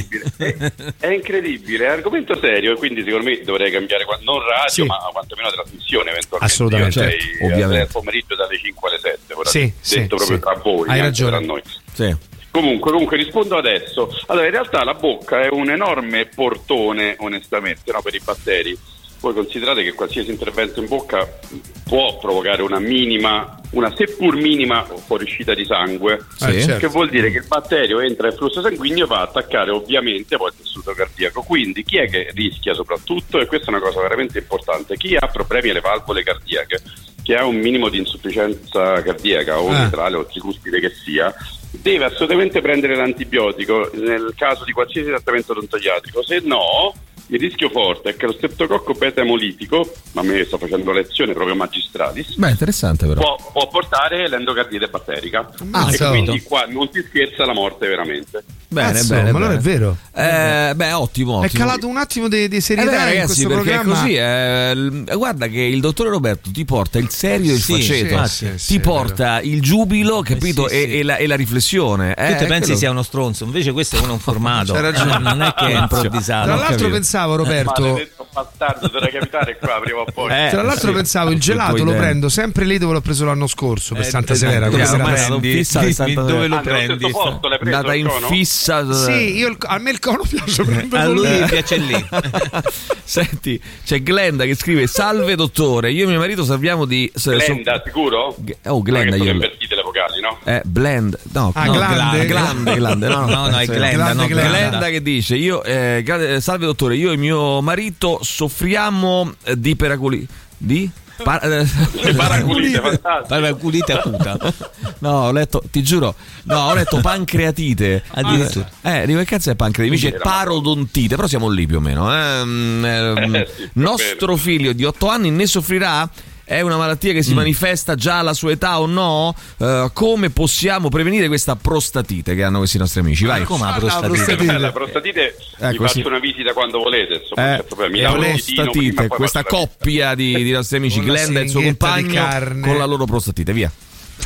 S16: incredibile, È, è incredibile, è argomento serio e quindi secondo me dovrei cambiare qua- non radio
S3: Sì.
S16: ma quantomeno trasmissione eventualmente.
S3: Assolutamente,
S16: Io
S3: certo,
S16: andrei
S3: ovviamente.
S16: al pomeriggio dalle 5 alle 7, ora
S3: Sì,
S16: detto
S3: sì,
S16: proprio
S3: sì.
S16: tra voi,
S3: Hai
S16: neanche
S3: ragione.
S16: tra noi.
S1: Sì.
S16: Comunque, comunque rispondo adesso. Allora, in realtà la bocca è un enorme portone, onestamente, no, per i batteri. Voi considerate che qualsiasi intervento in bocca può provocare una minima, una seppur minima fuoriuscita di sangue,
S1: Sì.
S16: che
S1: certo.
S16: vuol dire che il batterio entra nel flusso sanguigno e va a attaccare ovviamente poi il tessuto cardiaco. Quindi chi è che rischia soprattutto, e questa è una cosa veramente importante, chi ha problemi alle valvole cardiache, chi ha un minimo di insufficienza cardiaca o
S17: Ah.
S16: mitrale o tricuspide che sia, deve assolutamente prendere l'antibiotico nel caso di qualsiasi trattamento odontoiatrico, se no il rischio forte è che lo streptococco beta emolitico, ma a me sto facendo lezione proprio magistralis,
S1: Beh, interessante però.
S16: può, può portare l'endocardite batterica
S1: Ah,
S16: e
S1: certo.
S16: quindi qua non si scherza la morte veramente.
S1: Bene,
S3: Cazzo,
S1: bene.
S3: ma allora
S1: bene.
S3: è vero.
S1: Eh, beh, ottimo.
S3: È
S1: ottimo.
S3: calato un attimo di, di
S1: Eh beh,
S3: serietà in
S1: ragazzi,
S3: questo
S1: perché
S3: programma.
S1: è così. eh, l- guarda che il dottore Roberto ti porta il serio e il
S2: Sì,
S1: faceto,
S2: sì,
S1: ti
S2: sì, sì,
S1: porta il
S3: Eh,
S1: giubilo, capito?
S2: sì,
S1: e,
S2: sì.
S1: e la, e la riflessione. Eh,
S2: Tu te pensi sia uno stronzo, invece questo è uno informato.
S1: C'hai ragione.
S2: Non è che è improvvisato.
S3: Tra l'altro pensavo,
S1: Eh,
S3: Roberto,
S16: Eh, Maledetto bastardo, dovrà capitare qua prima o poi.
S1: Eh,
S3: tra l'altro pensavo
S1: Ah,
S3: il gelato lo prendo sempre lì dove l'ho preso l'anno scorso
S1: Eh,
S3: per Santa Severa. come se la prendi.
S1: Fissa, Ah,
S16: dove lo prendi? posto l'hai preso
S1: Andata
S16: il
S1: in
S16: cono? eh.
S1: fissa.
S3: Sì, io il- a me il cono piace proprio
S1: Eh, A lui
S3: lì.
S1: piace lì. Senti, c'è Glenda che scrive: Salve dottore, io e mio marito salviamo di. so- so-
S16: Glenda, sicuro?
S1: oh, Glenda,
S16: Ma che sono
S1: io-
S16: invertite le vocali, no?
S1: eh, blend, no,
S16: Ah,
S1: no,
S16: glande.
S1: glande, glande, no,
S16: No, no, è
S1: sì.
S16: glenda, no,
S1: Glenda.
S16: glanda
S1: che dice: io, eh, gra- Salve dottore, io e mio marito soffriamo eh, di peracoli. Di? Par- eh,
S16: Paraculite, fantastico.
S2: Paraculite acuta.
S1: No, ho letto, ti giuro, no, ho letto pancreatite.
S3: Ah,
S2: Addirittura.
S1: Eh, dico che cazzo è pancreatite? Mi dice
S2: Era-
S1: parodontite, però siamo lì più o meno. eh. Mm, ehm,
S2: Eh, sì, va
S1: nostro figlio di 8 anni ne soffrirà? È una malattia che si
S16: Mm.
S1: manifesta già alla sua età o no? Eh, come possiamo prevenire questa prostatite che hanno questi nostri amici? Vai.
S2: come la
S16: Ah,
S2: prostatite?
S16: beh, la prostatite vi
S1: Ecco,
S16: faccio
S1: sì.
S16: una visita quando volete, insomma,
S1: Eh,
S16: certo, poi mi
S1: e
S16: dà un
S1: prostatite,
S16: ditino prima, poi
S1: questa
S16: faccio la
S1: coppia di, di nostri amici,
S3: Una
S1: Glenda e il suo
S3: siringhetta di
S1: compagno,
S3: carne.
S1: con la loro prostatite, via.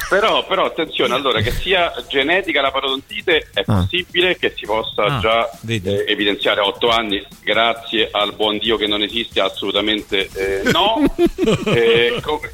S16: Però, però attenzione, allora che sia genetica la parodontite è possibile che si possa
S17: Ah,
S16: già eh, evidenziare a 8 anni, grazie al buon Dio che non esiste, assolutamente eh, no. Eh, co- co-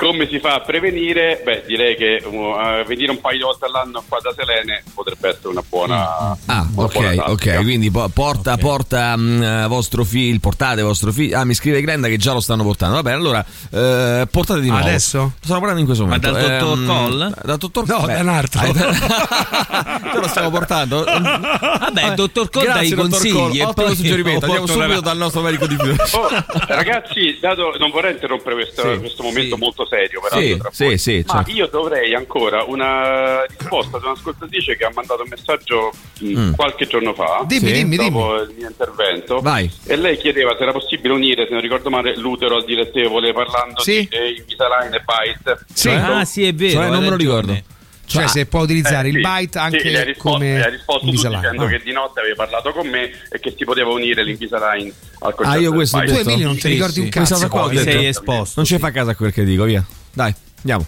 S16: come si fa a prevenire? Beh, direi che uh, eh, venire un paio di volte all'anno qua da Selene potrebbe essere una buona...
S1: Ah, ok, ok, quindi po- porta, porta mm, eh, vostro figlio, portate vostro figlio. Ah, mi scrive Grenda che già lo stanno portando. Va bene, allora eh, portate di nuovo.
S3: Adesso?
S1: Sto parlando in questo
S2: Ma
S1: momento. Ehm,
S2: dal dottor Coll?
S1: Dal dottor
S2: No,
S1: beh,
S2: da un altro.
S1: eh, da- Te lo stiamo portando.
S2: Vabbè, il dottor Coll dai
S1: Grazie,
S2: i
S1: dottor Coll,
S2: consigli. e
S1: ottimo
S2: poi-
S1: suggerimento. Andiamo
S2: porto
S1: subito
S2: una-
S1: dal nostro medico di più.
S16: Ragazzi, dato, non vorrei interrompere questo, questo momento molto serio, peraltro,
S1: Sì,
S16: tra
S1: sì, sì,
S16: Ma
S1: certo.
S16: io dovrei ancora una risposta da un'ascoltatrice che ha mandato un messaggio mh,
S1: Mm.
S16: qualche giorno fa,
S1: Dimmi,
S16: sì,
S1: dimmi,
S16: dopo il mio intervento,
S1: Vai.
S16: e lei chiedeva se era possibile unire, se non ricordo male, l'utero al direttevole parlando
S3: Sì.
S16: di eh, Invisalign e Byte.
S2: Ah,
S3: Cioè-
S1: Cioè, non me lo ricordo.
S3: Cioè,
S16: Ah,
S3: se può utilizzare
S16: eh,
S3: il
S16: sì,
S3: byte anche
S16: sì, le ha risposto,
S3: come
S16: le ha risposto tu
S3: Invisalign.
S16: dicendo
S3: Ah.
S16: che di notte avevi parlato con me e che si poteva unire l'Invisalign al concetto
S1: Ah, io
S16: del
S1: questo ho
S16: byte.
S1: detto. Sì, sì. Questa cosa qua ho detto. Non ci fa caso a quel che dico, via. Dai, andiamo.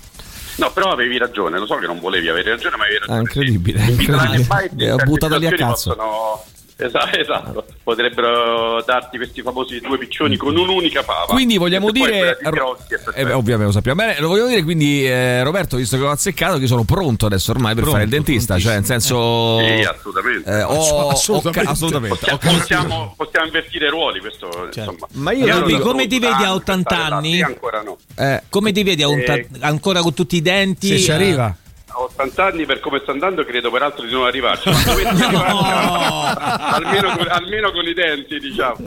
S16: No, però avevi ragione, lo so che non volevi avere ragione, ma avevi
S1: Ah,
S16: ragione.
S1: incredibile,
S16: Invisalign
S1: incredibile.
S16: e Byte in
S1: Eh, Ho
S16: certe
S1: buttato lì a
S16: situazioni
S1: cazzo.
S16: possono- Esatto, esatto. potrebbero darti questi famosi due piccioni con un'unica fava.
S1: Mm. Quindi vogliamo
S16: E poi
S1: dire-
S16: quella di Tirocchi è perfetta.
S1: Eh beh, ovviamente lo sappiamo bene. Lo vogliamo dire quindi, eh, Roberto, visto che ho azzeccato, che sono pronto adesso ormai per
S16: Pronto,
S1: fare il dentista. Cioè, nel senso.
S16: Sì, assolutamente.
S1: Eh, ho- ho ca- assolutamente.
S16: Possiamo,
S1: Ho capito.
S16: possiamo, possiamo invertire i ruoli, questo insomma.
S1: Ma
S2: io Robby, come ti vedi
S1: ah,
S2: a 80
S16: quest'anno,
S2: anni?
S16: sì, ancora no.
S2: Come ti vedi a un ta-
S16: Eh,
S2: ancora con tutti i denti?
S16: Se ci
S2: Eh,
S16: arriva. A 80 anni, per come sta andando, credo peraltro di non arrivarci. Ma dovessi arrivarci, almeno, con, almeno con i denti, diciamo.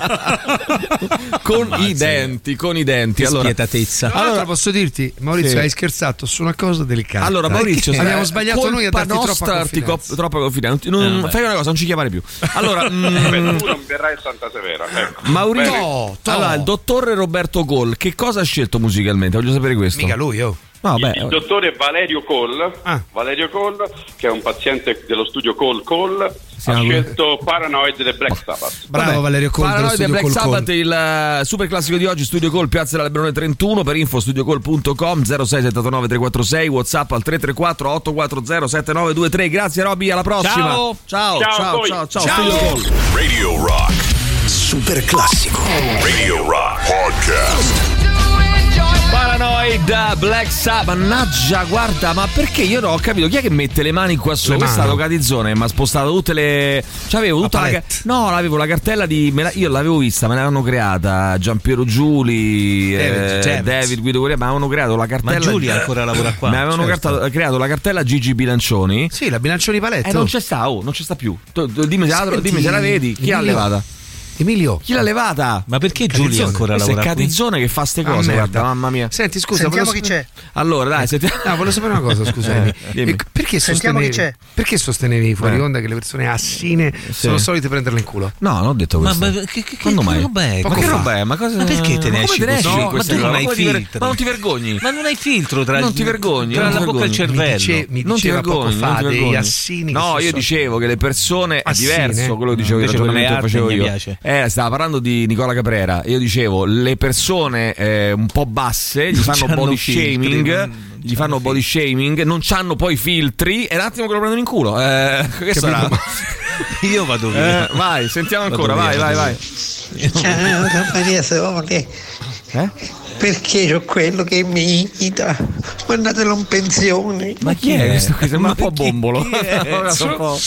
S1: con i denti, con i denti.
S3: Che
S1: Allora,
S3: spietatezza. Tra l'altro
S1: Allora-
S3: posso dirti, Maurizio,
S1: Sì.
S3: hai scherzato su una cosa delicata.
S1: Allora, Maurizio,
S3: Perché
S1: sai,
S3: abbiamo sbagliato
S1: colpa
S3: noi a darti
S1: nostra
S3: troppa
S1: darti
S3: confidenza.
S1: co- troppa confidenza. Non-
S3: Eh, vabbè.
S1: fai una cosa, non ci chiamare più. Allora, mm,
S16: Beh, tu non verrai a Santa Severa. Ecco.
S1: Maurizio,
S16: Bene.
S1: allora, il dottore Roberto Gol, che cosa ha scelto musicalmente? Voglio sapere questo.
S16: Mica
S3: lui, oh.
S1: No, beh,
S16: il dottore Valerio Coll,
S3: Ah.
S16: Valerio Coll, che è un paziente dello studio Coll Coll, ha
S1: lui.
S16: scelto Paranoid The Black Sabbath.
S1: Vabbè.
S3: Oh, Valerio Col dello
S1: Paranoide
S3: studio
S1: Black
S3: Col Col.
S1: Sabbath, il eh, super classico di oggi, Studio Call, Piazza della Lebrone 31, per info studiocall.com 0679 346, Whatsapp al 334 840 7923. Grazie Robby, alla prossima.
S8: Ciao.
S1: ciao,
S8: Ciao a
S1: ciao,
S8: voi.
S1: ciao, ciao,
S8: Ciao.
S1: Studio Call.
S8: Radio Rock.
S18: Super classico.
S8: Radio Rock Podcast.
S1: Paranoid eh, Black Sabbath, mannaggia, guarda, ma perché io non ho capito chi è che mette le mani qua sopra?
S3: Le
S1: Questa
S3: mani.
S1: locatizzone mi ha spostato tutte le. C'avevo tutta la.
S3: palette.
S1: No, l'avevo la cartella di. me la- Io l'avevo vista, me l'avevano creata Giampiero Giuli,
S2: David
S1: eh,
S3: certo.
S2: Jevons.
S1: David Guido Corea, ma avevano creato la cartella.
S2: Giuli ancora lavora qua,
S1: Mi avevano
S2: certo.
S1: cartato- creato la cartella Gigi Bilancioni.
S3: Sì, la Bilancioni Paletto.
S1: Eh, non c'è sta, oh, non c'è sta più. Tu- tu- Dimmi se la,
S3: Senti,
S1: dimmi se la vedi, chi l'ha
S3: Emilio.
S1: levata?
S3: Emilio.
S1: Chi l'ha levata? Ma perché
S3: Giulio ancora
S1: Questo è
S3: lavora qui?
S1: Catizzone che fa ste
S3: Ah,
S1: cose,
S3: merda.
S1: guarda, mamma mia.
S3: Senti, scusa,
S19: Sentiamo
S3: volevo
S19: chi
S3: sapere-
S1: Allora, dai, sentiamo.
S3: No, volevo sapere una cosa, scusami.
S1: Eh, dimmi.
S3: E perché
S19: Sentiamo
S3: sostenevi,
S19: chi c'è.
S3: Perché sostenevi fuori
S1: Eh.
S3: onda che le persone assine sono solite prenderle in culo?
S1: No, non ho detto
S3: Ma-
S1: questo.
S3: ma che- che-
S1: Quando
S3: che
S1: mai?
S3: roba è?
S1: Ma
S3: Poco
S1: che
S3: fa.
S1: roba è? Ma, cosa...
S3: Ma perché te ne
S1: ma
S3: esci
S1: come te ne
S3: così?
S1: esci?
S3: No,
S1: Ma
S3: questo
S1: tu
S3: è
S1: non
S3: una-
S1: hai
S3: come
S1: filtro.
S3: filtri.
S1: Ma non ti vergogni?
S2: Ma non hai filtro tra,
S1: non ti vergogni
S2: tra
S1: non
S2: la
S1: ti
S2: bocca e il
S1: vergogni.
S2: cervello.
S1: non ti vergogni
S3: poco fa
S1: non ti
S3: dei
S1: vergogni.
S3: assini che
S1: no
S3: si
S1: io
S3: sono-
S1: dicevo che le persone è
S3: Assine?
S1: diverso quello che dicevo
S3: No,
S1: io, il
S3: invece con le
S1: ragionamento che
S3: arti
S1: facevo
S3: mi
S1: io
S3: piace.
S1: eh stava parlando di Nicola Caprera io dicevo le persone eh, un po' basse gli
S2: Non
S1: fanno
S2: c'hanno
S1: body
S2: filtri,
S1: shaming
S2: non-
S1: gli fanno body shaming non hanno poi filtri e un attimo che lo prendono in culo eh, questo era-
S2: Io vado
S1: Eh, vai sentiamo ancora
S2: Vado
S1: vai
S2: via,
S1: vai
S2: vado
S1: vai
S20: Ciao Campanella Sole.
S3: Eh?
S20: Perché c'ho quello che mi imita? Mandatelo in pensione.
S1: Ma chi è questo qui? Sembra un po' bombolo. Un po'.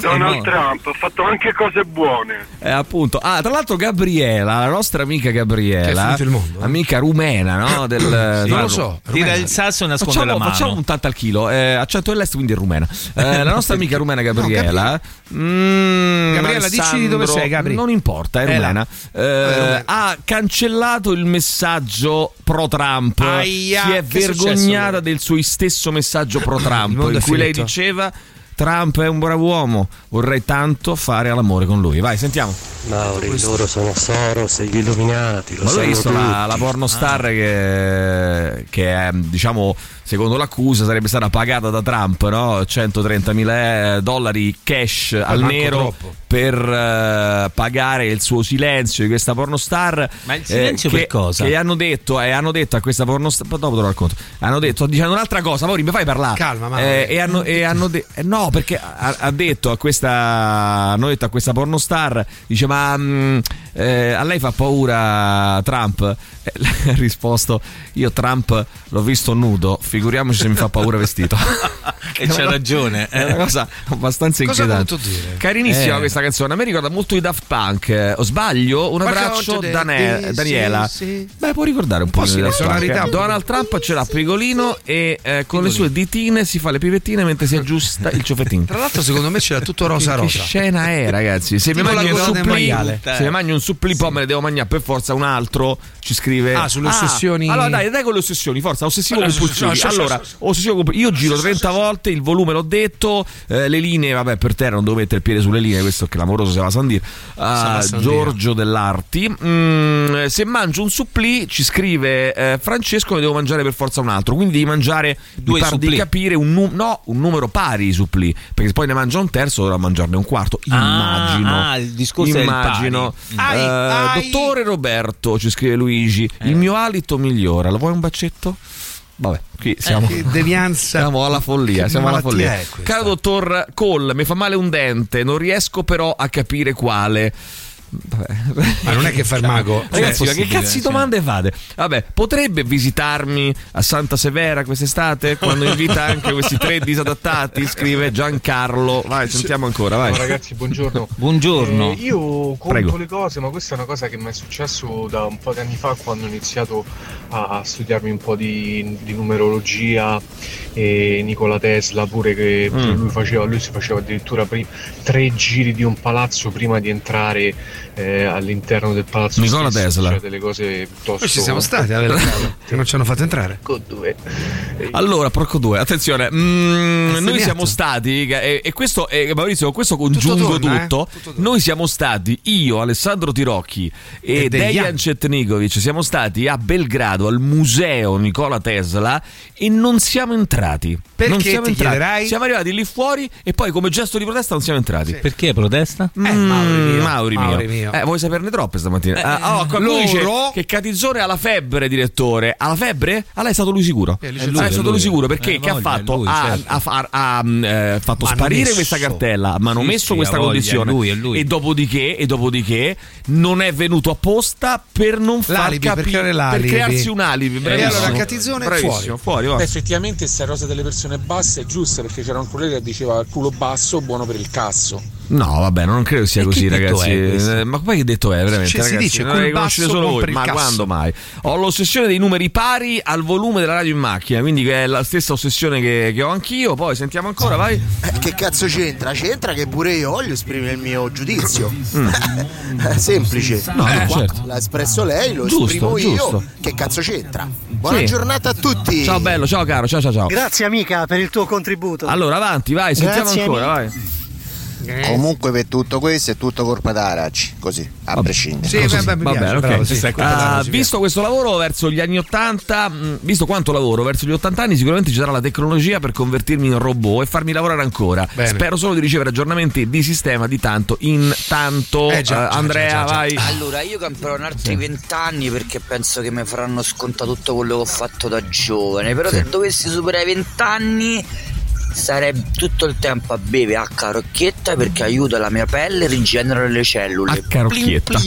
S21: Donald Trump ha fatto anche cose buone.
S1: Eh, appunto. Ah, tra l'altro Gabriela, la nostra amica
S2: Che è
S1: Gabriela,
S2: finito il mondo,
S1: amica rumena, no? Del, eh,
S2: Sì,
S1: no,
S2: lo so, Tira rumena. il sasso e nasconde
S1: facciamo,
S2: la mano.
S1: Facciamo un tanto al chilo, eh, accento dell'est, quindi è rumena. Eh, la nostra amica rumena Gabriela. mm,
S3: Gabriela, dici di dove
S1: Alessandro,
S3: sei, Gabri.
S1: Non importa, è
S3: Eh,
S1: rumena. Eh,
S3: rumena.
S1: ha cancellato il messaggio pro Trump.
S3: Aia,
S1: si è
S3: che è successo,
S1: vergognata del suo stesso messaggio pro Trump,
S3: mondo
S1: in
S3: è
S1: cui lei
S3: finito.
S1: diceva. Trump è un bravo uomo, vorrei tanto fare all'amore con lui. Vai, sentiamo.
S17: Mauri, loro sono Soros e gli illuminati. Lo
S1: Ma tu hai
S17: sanno
S1: visto la,
S17: tutti. Ah.
S1: la pornostar che, che è, diciamo, secondo l'accusa sarebbe stata pagata da Trump, no? 130.000 dollari cash al
S2: manco
S1: nero
S2: troppo.
S1: per eh, pagare il suo silenzio di questa pornostar.
S2: Ma il silenzio
S1: Eh, che,
S2: per cosa?
S1: Che hanno detto, eh, hanno detto a questa pornostar, poi dopo te lo racconto, hanno detto, dicendo un'altra cosa, Mauri mi fai parlare.
S3: Calma, Mauri.
S1: Eh, e hanno, e hanno de- eh, no, perché ha, ha detto a questa, hanno detto a questa pornostar, dice ma mm, eh, a lei fa paura Trump? Eh, lei ha risposto, io Trump l'ho visto nudo, figuriamoci se mi fa paura vestito.
S2: E c'ha ragione, eh.
S1: È una cosa abbastanza
S2: Cosa ha
S1: inquietante.
S2: voluto dire?
S1: Carinissima
S2: Eh.
S1: questa canzone, a me ricorda molto i Daft Punk. eh, O sbaglio? Un
S3: Qualche
S1: abbraccio,
S3: volta
S1: Dane-
S3: de- sì,
S1: Daniela.
S3: sì.
S1: Beh, può ricordare un
S3: po'
S1: po' di
S3: sì, la
S1: Daft Punk,
S3: sonorità,
S1: eh.
S3: un po'.
S1: Donald Trump ce l'ha Pregolino e eh, con le sue ditine si fa le pipettine mentre si aggiusta il ciofettino.
S3: Tra l'altro, secondo me c'era tutto rosa
S1: che,
S3: rosa.
S1: Che scena è, ragazzi? Se mi
S3: Tipo
S1: mangio
S3: la
S1: un
S3: coda del
S1: supplì,
S3: maiale.
S1: se mi mangio un supplì, poi me ne devo mangiare per forza un altro. Ci scrive.
S3: Ah, sulle ossessioni-
S1: Allora, dai, dai con le ossessioni, forza, ossessivo
S3: Allora,
S1: compulsivo.
S3: no, sì, sì,
S1: Allora,
S3: sì, sì.
S1: ossessivo compulsivo. Io giro 30 volte, il volume l'ho detto, eh, le linee, vabbè, per terra non devo mettere il piede sulle linee, questo è clamoroso se va a San Dir. Ah,
S3: a San Dir.
S1: Giorgio dell'Arti. Mm, se mangio un supplì, ci scrive eh, Francesco, ne devo mangiare per forza un altro. Quindi devi mangiare
S2: Due
S1: mi par di
S2: supplì.
S1: capire un, nu- no, un numero pari i supplì, perché se poi ne mangia un terzo, dovrà mangiarne un quarto.
S2: Ah,
S1: Immagino.
S2: ah, il discorso è il
S1: Immagino.
S2: pari. Mm.
S1: Eh,
S2: Ai, ai.
S1: Dottore Roberto, ci scrive Luigi,
S2: Eh.
S1: il mio alito migliora. Lo vuoi un baccetto? Vabbè,
S2: Eh.
S1: qui siamo,
S3: che devianza.
S1: siamo alla follia.
S3: Che
S1: Siamo alla
S3: malattia
S1: follia.
S3: è questa?
S1: Caro dottor Cole, mi fa male un dente, non riesco però a capire quale.
S3: Ma non è che fa il mago.
S1: Ragazzi,
S3: Cioè,
S1: ma che cazzo di
S3: cioè.
S1: domande fate? Vabbè, potrebbe visitarmi a Santa Severa quest'estate quando invita anche questi tre disadattati? Scrive Giancarlo. Vai, sentiamo ancora, vai.
S19: Ciao, ragazzi, buongiorno.
S1: Buongiorno.
S19: Eh, io conto
S1: Prego.
S19: le cose, ma questa è una cosa che mi è successo da un po' di anni fa quando ho iniziato a studiarmi un po' di, di numerologia e Nikola Tesla pure che
S22: Mm.
S19: lui faceva, lui si faceva addirittura pri- tre giri di un palazzo prima di entrare eh, all'interno del palazzo.
S3: Nikola
S19: stesso,
S3: Tesla.
S19: Cioè delle cose piuttosto...
S3: Noi ci siamo stati a Verona, che non ci hanno fatto entrare.
S1: Allora, porco due, attenzione. Mm, noi
S3: segnato.
S1: siamo stati, eh, e, e questo, e Maurizio, questo congiungo tutto.
S3: torna, eh? Tutto
S1: Noi siamo stati, io, Alessandro Tirocchi e,
S3: E Dejan.
S1: Dejan Cetnikovic, siamo stati a Belgrado al museo Nicola Tesla e non siamo entrati.
S3: Perché
S1: non siamo
S3: ti chiederai?
S1: Siamo arrivati lì fuori e poi, come gesto di protesta, non siamo entrati.
S2: Perché protesta?
S1: Mm, Mauri, mio.
S2: Mauri mio.
S1: Eh, vuoi saperne troppe stamattina?
S2: Eh,
S1: Ah, oh, qualcuno
S2: loro-
S1: dice che Catizzone ha la febbre, direttore. Ha la febbre? Ah, lei è stato lui sicuro.
S2: Eh, lui
S1: Ah,
S2: c'è
S1: è,
S2: lui, è
S1: stato
S2: lui.
S1: lui sicuro perché
S2: Eh,
S1: che ha
S2: voglia, è
S1: fatto? Ah,
S2: lui,
S1: ha
S2: certo.
S1: ha far- ha, mm, eh, fatto
S2: Manomesso.
S1: sparire questa cartella, ma non
S2: Sì,
S1: messo
S2: sì,
S1: questa
S2: ha voglia,
S1: condizione.
S2: è lui, è lui.
S1: E dopodiché, e dopodiché non è venuto apposta per non far
S3: L'alibi, per
S1: capire
S3: creare l'alibi.
S1: crearsi un alibi.
S3: E
S1: Bravissimo.
S3: allora Catizzone è
S1: Bravissimo, fuori. va.
S23: Beh, effettivamente sta rosa delle persone basse è giusta perché c'era un collega che diceva culo basso buono per il cazzo.
S1: No, vabbè, non credo sia
S23: E che
S1: così,
S23: detto
S1: ragazzi.
S23: è questo?
S1: Eh, ma poi che detto è, veramente?
S23: Cioè, si
S1: ragazzi,
S23: dice,
S1: non
S23: col
S1: le conoscete
S23: basso
S1: solo voi,
S23: compri il
S1: ma
S23: cazzo.
S1: quando mai? Ho l'ossessione dei numeri pari al volume della radio in macchina, quindi che è la stessa ossessione che, che ho anch'io. Poi sentiamo ancora, vai.
S12: Eh, Che cazzo c'entra? C'entra che pure io voglio esprimere il mio giudizio.
S1: Mm.
S12: È Eh, semplice.
S1: No,
S12: Eh,
S1: no,
S12: qua
S1: certo.
S12: L'ha espresso lei, lo
S1: Giusto,
S12: esprimo
S1: giusto.
S12: io. Che cazzo c'entra? Buona
S1: Sì.
S12: giornata a tutti.
S1: Ciao bello, ciao caro, ciao ciao ciao.
S24: Grazie amica per il tuo contributo.
S1: Allora, avanti, vai, sentiamo
S24: Grazie,
S1: ancora,
S24: amico.
S1: vai.
S12: Eh.
S24: Comunque per tutto questo è tutto colpa da Araci, così, a prescindere.
S1: Così. Vabbè, ok. Ah, visto questo lavoro verso gli anni 80, mh, visto quanto lavoro verso gli 80 anni, sicuramente ci sarà la tecnologia per convertirmi in robot e farmi lavorare ancora.
S3: Bene.
S1: Spero solo di ricevere aggiornamenti di sistema di tanto in tanto.
S24: Eh, già, già,
S1: Eh, Andrea,
S24: già, già, già.
S1: vai.
S24: Allora, io camperò un altri vent'anni perché penso che mi faranno sconta tutto quello che ho fatto da giovane. Però
S1: Sì.
S24: se dovessi superare i vent'anni sarei tutto il tempo a bere acqua rocchietta perché aiuta la mia pelle e rigenera le cellule.
S1: Acqua rocchietta.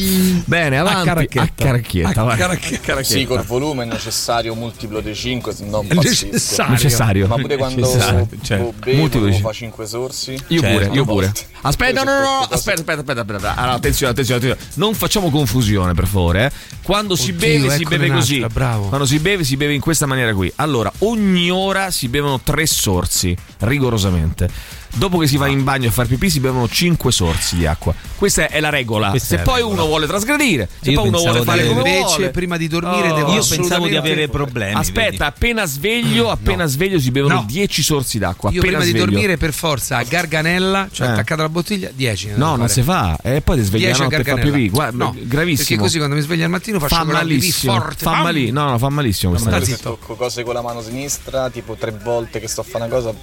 S1: Bene, avanti.
S24: caracchietta.
S1: A caracchietta. vai. A caracchietta.
S25: Sì, col volume è necessario multiplo di 5, se no
S1: Necessario. Necessario.
S25: Ma pure quando
S1: Necessario, certo.
S25: boh, bevo,
S1: Multiplo di
S25: fa
S1: cinque.
S25: 5 sorsi.
S1: Io
S2: Certo.
S25: Cioè,
S1: pure,
S25: una
S1: io
S25: volta.
S1: pure. Aspetta, no, no, no, aspetta, aspetta, aspetta, aspetta. Allora, attenzione, attenzione, attenzione. Non facciamo confusione, per favore. eh. Quando si
S3: Oddio,
S1: beve, si
S3: eccone
S1: beve così.
S3: un'altra, bravo.
S1: Quando si beve, si beve in questa maniera qui. Allora, ogni ora si bevono tre sorsi, rigorosamente. dopo che si va in bagno a far pipì si bevono 5 sorsi di acqua. Questa è la regola.
S2: Questa
S1: se
S2: è la
S1: poi
S2: regola.
S1: uno vuole trasgredire, se
S2: Io
S1: poi uno
S2: pensavo
S1: vuole fare
S2: di-
S1: come
S2: invece,
S1: vuole. Oh,
S3: prima di dormire devo
S2: io pensavo di
S3: assolutamente-
S2: avere problemi.
S1: Aspetta,
S2: vedi.
S1: appena sveglio, appena sveglio si bevono
S3: Mm, No.
S1: 10 sorsi d'acqua.
S3: Io
S1: appena
S3: prima
S1: sveglio.
S3: di dormire per forza a garganella, cioè
S1: Eh.
S3: attaccata alla bottiglia, 10.
S1: No, non si fa. eh, E poi ti svegli la
S3: 10 a
S1: notte e fa
S3: garganella.
S1: pipì. Guarda,
S3: No,
S1: gravissimo.
S3: Perché così quando mi sveglio al mattino faccio
S1: fa
S3: quella pipì
S1: malissimo.
S3: forte.
S1: Fa
S3: Pam!
S1: malissimo. No, no, fa malissimo questa
S3: sta
S1: cosa.
S3: zitto.
S25: Tocco cose con la mano sinistra, tipo tre volte che sto a fare una cosa,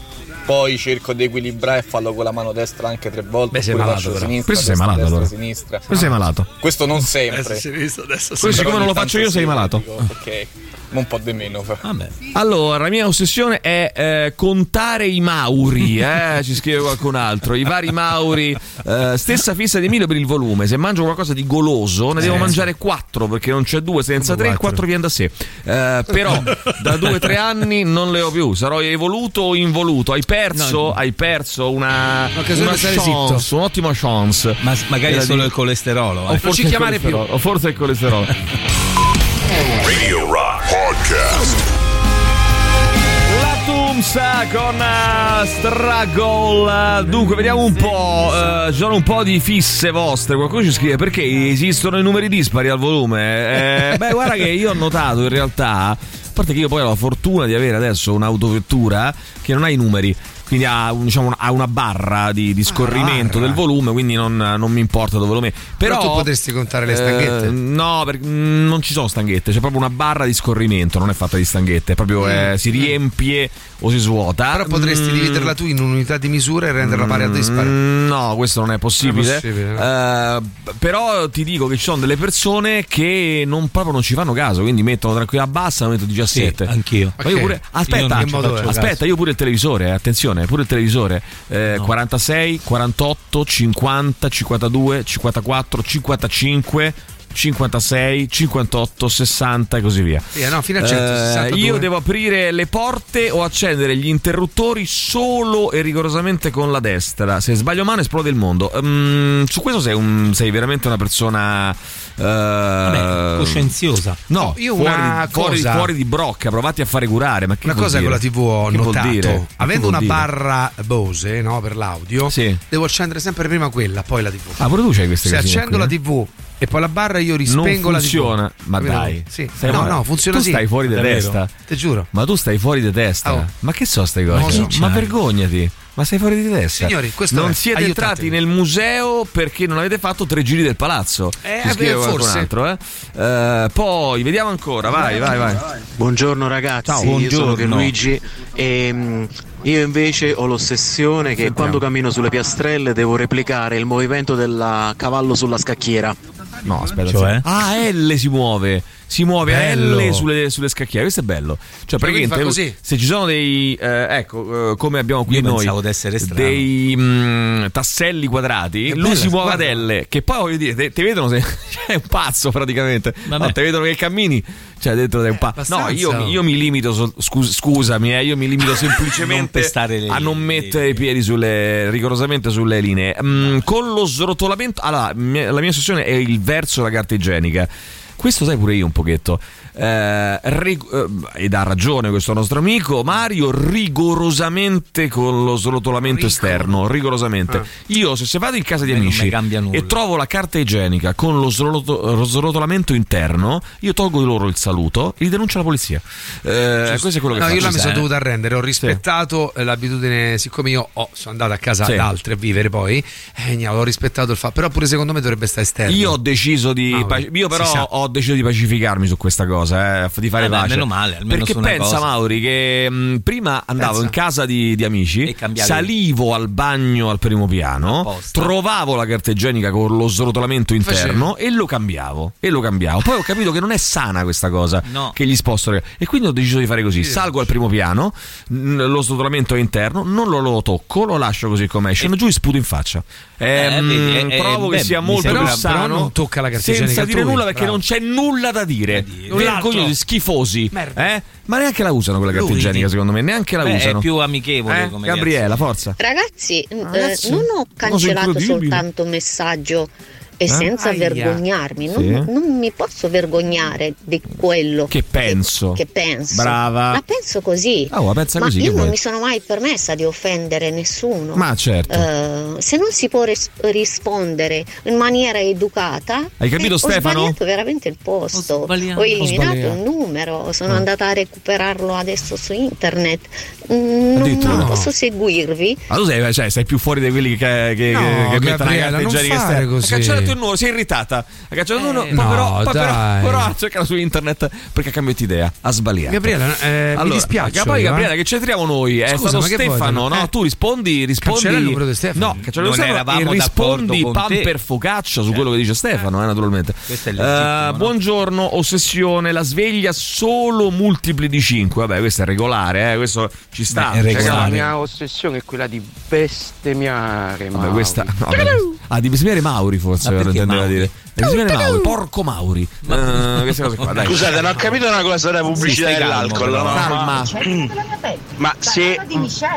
S25: poi cerco di equilibrare e farlo con la mano destra anche tre volte.
S1: Beh, sei
S25: oppure
S1: malato,
S25: faccio
S1: però.
S25: sinistra,
S1: Questo sei
S25: destra,
S1: malato,
S25: destra,
S1: allora.
S25: sinistra.
S1: Questo sei malato.
S25: Questo non sempre.
S3: Destra, sinistra, destra,
S1: Questo siccome non lo faccio io, sei malato.
S25: Ok, ma un po' di meno. Vabbè.
S1: Allora, la mia ossessione è eh, contare i Mauri, eh, ci scrive qualcun altro, i vari Mauri. eh, stessa fissa di Emilio per il volume, se mangio qualcosa di goloso ne devo
S2: Eh,
S1: mangiare quattro perché non c'è due senza tre, il quattro viene da sé. Eh, però da due o tre anni non le ho più, sarò evoluto o involuto, hai perso,
S2: No.
S1: hai perso una,
S2: Un'occasione
S1: una
S2: per stare
S1: chance, un'ottima chance. Ma
S2: Magari è solo il colesterolo. eh.
S1: o forse, il colesterolo, o forse il colesterolo.
S8: Radio Rock Podcast.
S1: La Tumsa con eh, Stragol. Dunque, vediamo un po'. eh, ci sono un po' di fisse vostre. Qualcuno ci scrive perché esistono i numeri dispari al volume. Eh, beh, guarda che io ho notato in realtà. A parte che io poi ho la fortuna di avere adesso un'autovettura che non ha i numeri. Quindi ha, un- diciamo, ha una barra di,
S3: Ah,
S1: di scorrimento del volume, quindi non, non mi importa dove lo metto. Però,
S3: Però tu potresti contare le stanghette?
S1: eh, no, perché mm, non ci sono stanghette, c'è proprio una barra di scorrimento, non è fatta di stanghette, è proprio eh, si riempie o si svuota.
S3: Mm. Però potresti
S1: Mm,
S3: dividerla tu in un'unità di misura e renderla pari a dispari.
S1: mm, No, questo non è possibile.
S3: Non è possibile,
S1: Eh, però ti dico che ci sono delle persone che non, proprio non ci fanno caso, quindi mettono tranquilla bassa, la metto 17.
S2: Sì, anch'io.
S1: Ma io
S2: Ok.
S1: pure,
S2: Io
S1: aspetta,
S2: non ci faccio caso.
S1: aspetta, io pure il televisore, eh, attenzione, pure il televisore eh, 46, 48, 50, 52, 54, 55. 56, 58, 60 e così via.
S3: Sì, no, fino a
S1: Eh,
S3: 162.
S1: io devo aprire le porte o accendere gli interruttori solo e rigorosamente con la destra. Se sbaglio mano esplode il mondo. Ehm, su questo sei, un- sei veramente una persona... eh,
S2: coscienziosa.
S1: No,
S3: Io
S1: fuori,
S3: una
S1: fuori-
S3: cosa-
S1: fuori di brocca, provate a fare curare. Ma che
S3: Una
S1: vuol
S3: cosa con la
S1: dire?
S3: TV ho
S1: Che vuol dire?
S3: notato,
S1: Che
S3: avendo
S1: vuol
S3: una
S1: dire?
S3: barra Bose no, per l'audio, devo accendere sempre prima quella, poi la TV.
S1: Ah, pure tu c'hai queste
S3: Se
S1: cosine
S3: accendo
S1: qui,
S3: la
S1: eh?
S3: TV e poi la barra io rispengo
S1: non
S3: la
S1: funziona.
S3: TV.
S1: Ma
S3: Capito?
S1: dai,
S3: Sì.
S1: Stai
S3: no,
S1: male.
S3: no, funziona
S1: tu
S3: sì.
S1: stai fuori di testa.
S3: Ti giuro.
S1: Ma tu stai fuori di testa.
S3: Oh.
S1: Ma che so ste
S3: Non lo
S1: cose?
S3: so.
S1: Ma
S3: C'hai.
S1: vergognati. Ma sei fuori di testa.
S3: Signori, questo
S1: non
S3: è.
S1: siete entrati
S3: Aiutatemi.
S1: nel museo perché non avete fatto tre giri del palazzo.
S3: Eh,
S1: Ci
S3: beh,
S1: scrive qualcun
S3: forse.
S1: altro, eh? Eh, poi vediamo ancora. Vai, vai, vai.
S5: Buongiorno ragazzi,
S1: Ciao,
S5: io sono
S1: buongiorno.
S5: Luigi e mm, io invece ho l'ossessione che quando cammino sulle piastrelle devo replicare il movimento del cavallo sulla scacchiera.
S1: No, aspetta.
S2: Cioè?
S1: Ah, L si muove. Si muove
S5: Bello.
S1: a L sulle, sulle scacchiere. Questo è bello. Cioè,
S5: quindi
S1: praticamente
S5: fa così.
S1: se ci sono dei. eh, ecco, eh, come abbiamo qui
S2: Io
S1: noi
S2: pensavo di essere strano.
S1: dei mm, tasselli quadrati. lui
S2: bella,
S1: si muove
S2: guarda.
S1: ad L. Che poi voglio dire, te, te vedono se. Cioè, è un pazzo, praticamente. No, te vedono che cammini. Cioè, dentro sei un
S2: Eh,
S1: pazzo. No,
S2: abbastanza.
S1: io, io mi limito. sol- scus- scusami, eh, io mi limito semplicemente
S2: pestare le
S1: a non mettere i piedi sulle- rigorosamente sulle linee. Mm, con lo srotolamento. Allora, mia- la mia ossessione è il verso della carta igienica. Questo sai pure io un pochetto. Eh, rig- eh, ed ha ragione questo nostro amico Mario. Rigorosamente con lo srotolamento esterno. Rigorosamente.
S3: Eh.
S1: Io, se, se vado in casa di amici e trovo la carta igienica con lo, sroto- lo srotolamento interno, io tolgo loro il saluto e li denuncio alla polizia. Eh, questo è quello che
S3: no,
S1: faccio.
S3: io là mi sono
S1: Eh.
S3: dovuto arrendere, ho rispettato eh, l'abitudine, siccome io oh, sono andato a casa
S1: Sì.
S3: ad altri a vivere poi, eh, gna, ho rispettato il fatto, però pure secondo me dovrebbe stare esterno.
S1: Io ho deciso di.
S3: No,
S1: paci- io,
S3: si sa.
S1: però, ho deciso di pacificarmi su questa cosa, eh, di fare
S2: Ah, beh,
S1: pace.
S2: meno male, almeno
S1: Perché
S2: su una
S1: pensa,
S2: cosa.
S1: Mauri, che mh, prima andavo
S2: Pensa.
S1: in casa di, di amici,
S2: cambiavi-
S1: salivo al bagno al primo piano, trovavo la carta igienica con lo srotolamento interno e lo cambiavo. E lo cambiavo. Poi ho capito che non è sana questa cosa.
S2: No.
S1: Che gli sposto. le- E quindi ho deciso di fare così: salgo al primo piano, mh, lo srotolamento è interno, non lo, lo tocco, lo lascio così com'è. Scendo giù e sputo in faccia.
S3: Eh,
S1: Ehm,
S3: vedi, eh, eh,
S1: trovo che
S3: beh,
S1: sia
S3: mi
S1: molto
S3: sembra-
S1: più
S3: però
S1: sano.
S3: non tocca la carta
S1: Senza
S3: igienica
S1: dire
S3: altrui,
S1: nulla perché
S3: bravo. Eh,
S1: non c'è nulla da dire. Vergognosi,
S2: Null'altro.
S1: schifosi. Eh? Ma neanche la usano quella carta
S2: Lui,
S1: igienica, secondo me. Neanche la
S2: Beh, è
S1: usano.
S2: più amichevole
S1: Eh?
S2: come
S1: Gabriella, forza.
S6: Ragazzi, n- eh,
S1: Ragazzi,
S6: non ho
S1: cosa
S6: cancellato
S1: incredibile. Ah.
S6: soltanto un messaggio e senza
S1: Aia.
S6: vergognarmi, non,
S1: Sì.
S6: non mi posso vergognare di quello
S1: Che penso.
S6: che penso.
S1: Brava.
S6: Ma penso così.
S1: Ah, oh, la pensa
S6: ma
S1: così, che
S6: io non
S1: vuoi?
S6: mi sono mai permessa di offendere nessuno.
S1: Ma certo.
S6: Eh, se non si può ris- rispondere in maniera educata,
S1: Hai capito,
S6: Eh, ho
S1: Stefano?
S6: sbagliato veramente il posto. Ho,
S1: sbagliato. Ho
S6: eliminato
S1: sbagliato.
S6: un numero, sono
S1: Ah.
S6: andata a recuperarlo adesso su internet. Mm, Non,
S1: Addirittura.
S6: non posso seguirvi.
S1: Ma tu sei, cioè, sei più fuori di quelli che, che, che- che
S6: No,
S1: mettono la
S3: Gabriella,
S1: carta
S3: non
S1: igienica
S3: fare
S1: esterna.
S3: così.
S1: Ha cancellato il numero, si è irritata. Ha cancellato il numero,
S3: no,
S1: poi però, poi però,
S3: dai.
S1: però ha cercato su internet perché ha cambiato idea. Ha sbagliato.
S3: Gabriella, eh, mi dispiace,
S1: che Poi,
S3: io, eh.
S1: Gabriella, che c'entriamo noi? È
S3: Scusa,
S1: stato
S3: ma che
S1: Stefano,
S3: vogliono?
S1: no?
S3: Eh.
S1: Tu rispondi, rispondi.
S3: Cancella il numero di Stefano.
S1: No, cancella il
S3: Non
S1: numero di Stefano
S3: eravamo
S1: cioè, e rispondi
S3: d'accordo con
S1: pan
S3: te.
S1: per focaccia su quello che dice Stefano, eh, naturalmente.
S2: Questo è
S1: Eh,
S2: legittimo, no?
S1: Buongiorno, ossessione, la sveglia solo multipli di 5. Vabbè, questo è regolare, eh, questo ci sta.
S7: Beh, è
S1: Cioè,
S7: regolare.
S1: Gabriella-
S7: ossessione è quella di bestemmiare.
S1: Vabbè, questa. no, vabbè. ah, di bestemmiare Mauri,
S7: Ma
S1: forse lo
S7: perché
S1: intendeva
S7: Mauri?
S1: dire. Di bestemmiare Mauri, porco Mauri. Eh, queste cose qua, dai.
S9: Scusate, non ho capito una cosa della pubblicità
S1: Stai calmo,
S9: dell'alcol.
S1: però.
S9: no?
S1: Calma.
S9: Ma se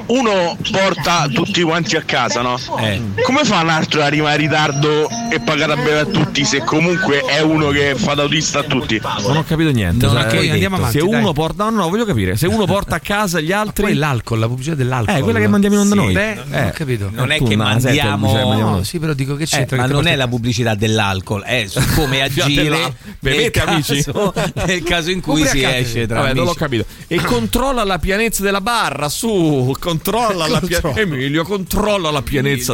S9: uno porta tutti quanti a casa, no?
S1: Eh.
S9: Come fa un altro ad arrivare in ritardo e pagare a bere a tutti se comunque è uno che fa da autista a tutti?
S1: Non ho capito niente.
S9: Non
S1: sai,
S9: ho capito,
S1: hai
S9: andiamo
S1: detto.
S9: avanti,
S1: Se
S9: dai.
S1: uno porta. No, no, voglio capire. Se uno porta a casa gli altri.
S3: Poi l'alcol, la pubblicità dell'alcol.
S1: Eh, quella che mandiamo in onda
S3: Sì.
S1: noi.
S3: Beh,
S1: Eh,
S3: non ho capito.
S2: Non è
S1: tu,
S2: che
S1: ma senti,
S2: mandiamo.
S1: cioè, mandiamo-
S3: No, sì, però dico che c'entra
S2: Eh, ma
S3: che
S2: non
S3: te
S2: è la pubblicità dell'alcol, è eh, su come agire. nel
S1: Bevete, amici.
S2: caso- Nel caso in cui si
S1: Ubriacatevi.
S2: esce tra
S1: Vabbè, non
S2: amici.
S1: l'ho capito. E controlla la pianezza della barra. Su, controlla la
S2: Controlla.
S1: pianezza. Emilio, controlla la pianezza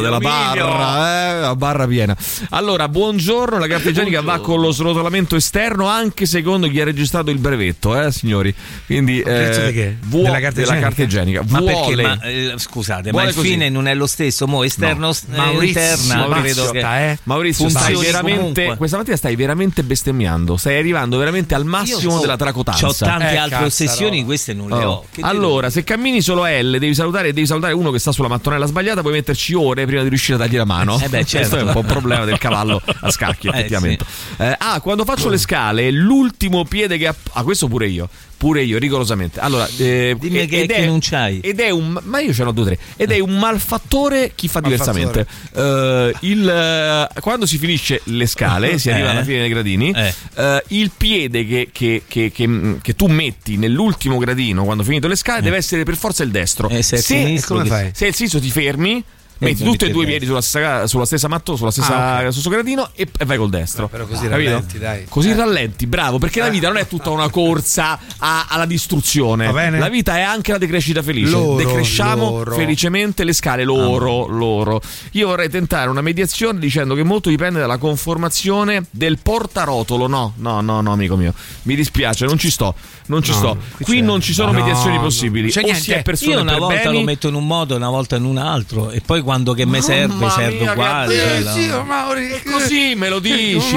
S2: Emilio,
S1: della
S2: Emilio.
S1: barra. Eh, la barra piena. Allora, buongiorno. La carta igienica va con lo srotolamento esterno, anche secondo chi ha registrato il brevetto, eh, signori. Quindi,
S3: prezzo di che?
S1: Eh, vuo-
S3: Della carta
S1: della
S3: igienica?
S1: carta igienica.
S2: Ma perché?
S1: Vuole-
S2: Ma, eh, scusate,
S1: Vuole
S2: ma il
S1: così.
S2: fine non è lo stesso. Mo' esterno, s- eh,
S1: Maurizio,
S2: interna,
S1: Maurizio,
S2: credo che
S1: sta, eh. Maurizio, stai
S2: funzioni
S1: veramente,
S2: comunque.
S1: questa mattina stai veramente bestemmiando. Stai arrivando veramente al massimo
S2: so-
S1: della tracotanza. Eh,
S2: c'ho tante altre ossessioni, queste non le
S1: Oh.
S2: ho. Che
S1: Allora, se cammini solo a L, devi salutare, devi salutare uno che sta sulla mattonella sbagliata, puoi metterci ore prima di riuscire a dargli la mano.
S2: Eh beh, certo.
S1: Questo è un po' un problema del cavallo a scacchi,
S2: Eh,
S1: effettivamente. Eh, ah, quando faccio le scale, l'ultimo piede che app- Ah, questo pure io. Pure io, rigorosamente. Allora, eh,
S2: Dimmi
S1: e-
S2: che-
S1: ed
S2: che non c'hai.
S1: Ed è un. Ma io ce n'ho due o tre. Ed è un malfattore chi fa
S2: Malfattore.
S1: diversamente. Eh, il, eh, quando si finisce le scale, si arriva
S2: Eh.
S1: alla fine dei gradini. eh, il piede che, che- che- che, mm, che tu metti nell'ultimo gradino quando hai finito le scale deve essere per forza il destro.
S2: se è sinistro
S1: come
S2: che-
S1: fai? se è il sinistro ti
S26: Eh,
S1: fermi. Metti
S2: metti
S1: tutti e
S2: il
S1: due i
S2: destro.
S1: piedi sulla stessa, sulla stessa matto, sulla stessa,
S3: Ah, ok.
S1: sul stesso gradino e, e vai col destro. Però
S3: così rallenti, dai.
S2: Eh.
S1: Così rallenti, bravo, perché la vita non è tutta una corsa a- alla distruzione.
S3: Va bene?
S1: La vita è anche la decrescita felice.
S3: Loro,
S1: Decresciamo
S3: loro.
S1: felicemente le scale, loro, loro. Io vorrei tentare una mediazione dicendo che molto dipende dalla conformazione del portarotolo. No, no, no, no, amico mio. Mi dispiace, non ci sto. Non ci
S2: No,
S1: sto.
S2: qui
S1: Qui
S3: Cioè,
S2: c'è-
S1: non ci sono
S2: no,
S1: mediazioni
S2: no.
S1: possibili.
S2: C'è
S1: o
S2: niente.
S1: si è persone
S2: Io una
S1: per
S2: volta
S1: beni,
S2: lo metto in un modo, una volta in un altro, e poi quando che mi serve, serve uguale. cioè, la-
S1: E così me lo dici.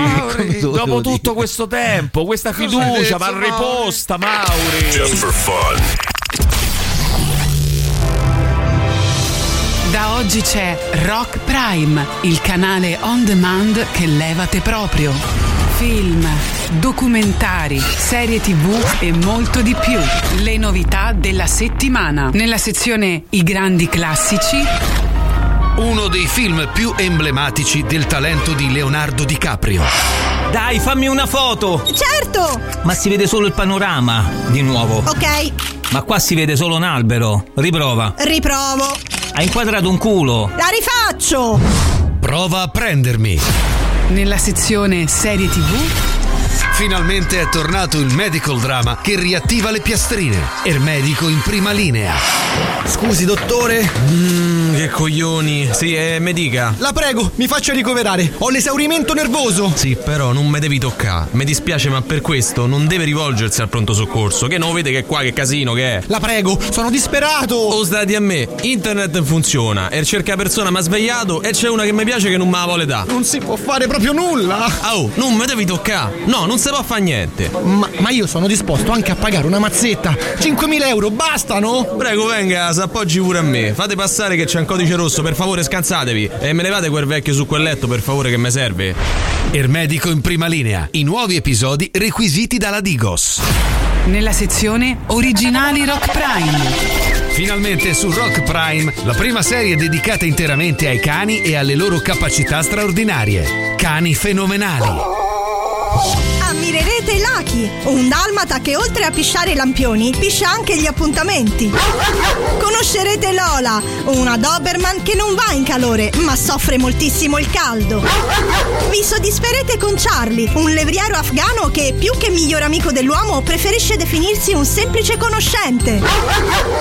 S1: Dopo tutto questo tempo, questa fiducia va riposta, Mauri.
S8: Just for fun.
S10: Da oggi c'è Rock Prime, il canale on demand che levate proprio. Film, documentari, serie tv e molto di più. Le novità della settimana. Nella sezione I grandi classici,
S3: Uno dei film più emblematici del talento di Leonardo DiCaprio.
S2: Dai, fammi una foto!
S22: Certo!
S2: Ma si vede solo il panorama, di nuovo.
S22: Ok,
S2: Ma qua si vede solo un albero. Riprova.
S22: riprovo.
S2: Hai inquadrato un culo.
S22: La rifaccio!
S3: Prova a prendermi.
S10: nella sezione serie tv,
S3: Finalmente è tornato il medical drama che riattiva le piastrine. Il medico in prima linea.
S26: Scusi, dottore? Mmm, che coglioni. Sì, eh, mi dica. La prego, mi faccia ricoverare. Ho l'esaurimento nervoso. Sì, però non me devi toccare. Mi dispiace, ma per questo non deve rivolgersi al pronto soccorso. Che non vede che qua che casino che è. La prego, sono disperato. O stati Oh, a me. Internet funziona. E cerca persona mi ha svegliato e c'è una che mi piace che non me la vuole dare. Non si può fare proprio nulla. Oh, non mi devi toccare. No, non si può fare niente. Ma, ma io sono disposto anche a pagare una mazzetta. 5.000 euro, bastano? Prego, venga, s'appoggi pure a me. Fate passare che c'è un codice rosso, per favore scansatevi. E me levate quel vecchio su quel letto, per favore, che mi serve.
S3: Il Er medico in prima linea. I nuovi episodi requisiti dalla Digos.
S10: nella sezione Originali Rock Prime.
S3: Finalmente su Rock Prime, la prima serie dedicata interamente ai cani e alle loro capacità straordinarie. Cani fenomenali.
S22: Ammirerete Lucky, un dalmata che oltre a pisciare i lampioni, piscia anche gli appuntamenti. Conoscerete Lola, una Doberman che non va in calore, ma soffre moltissimo il caldo. Vi soddisferete con Charlie, un levriero afgano che più che miglior amico dell'uomo preferisce definirsi un semplice conoscente.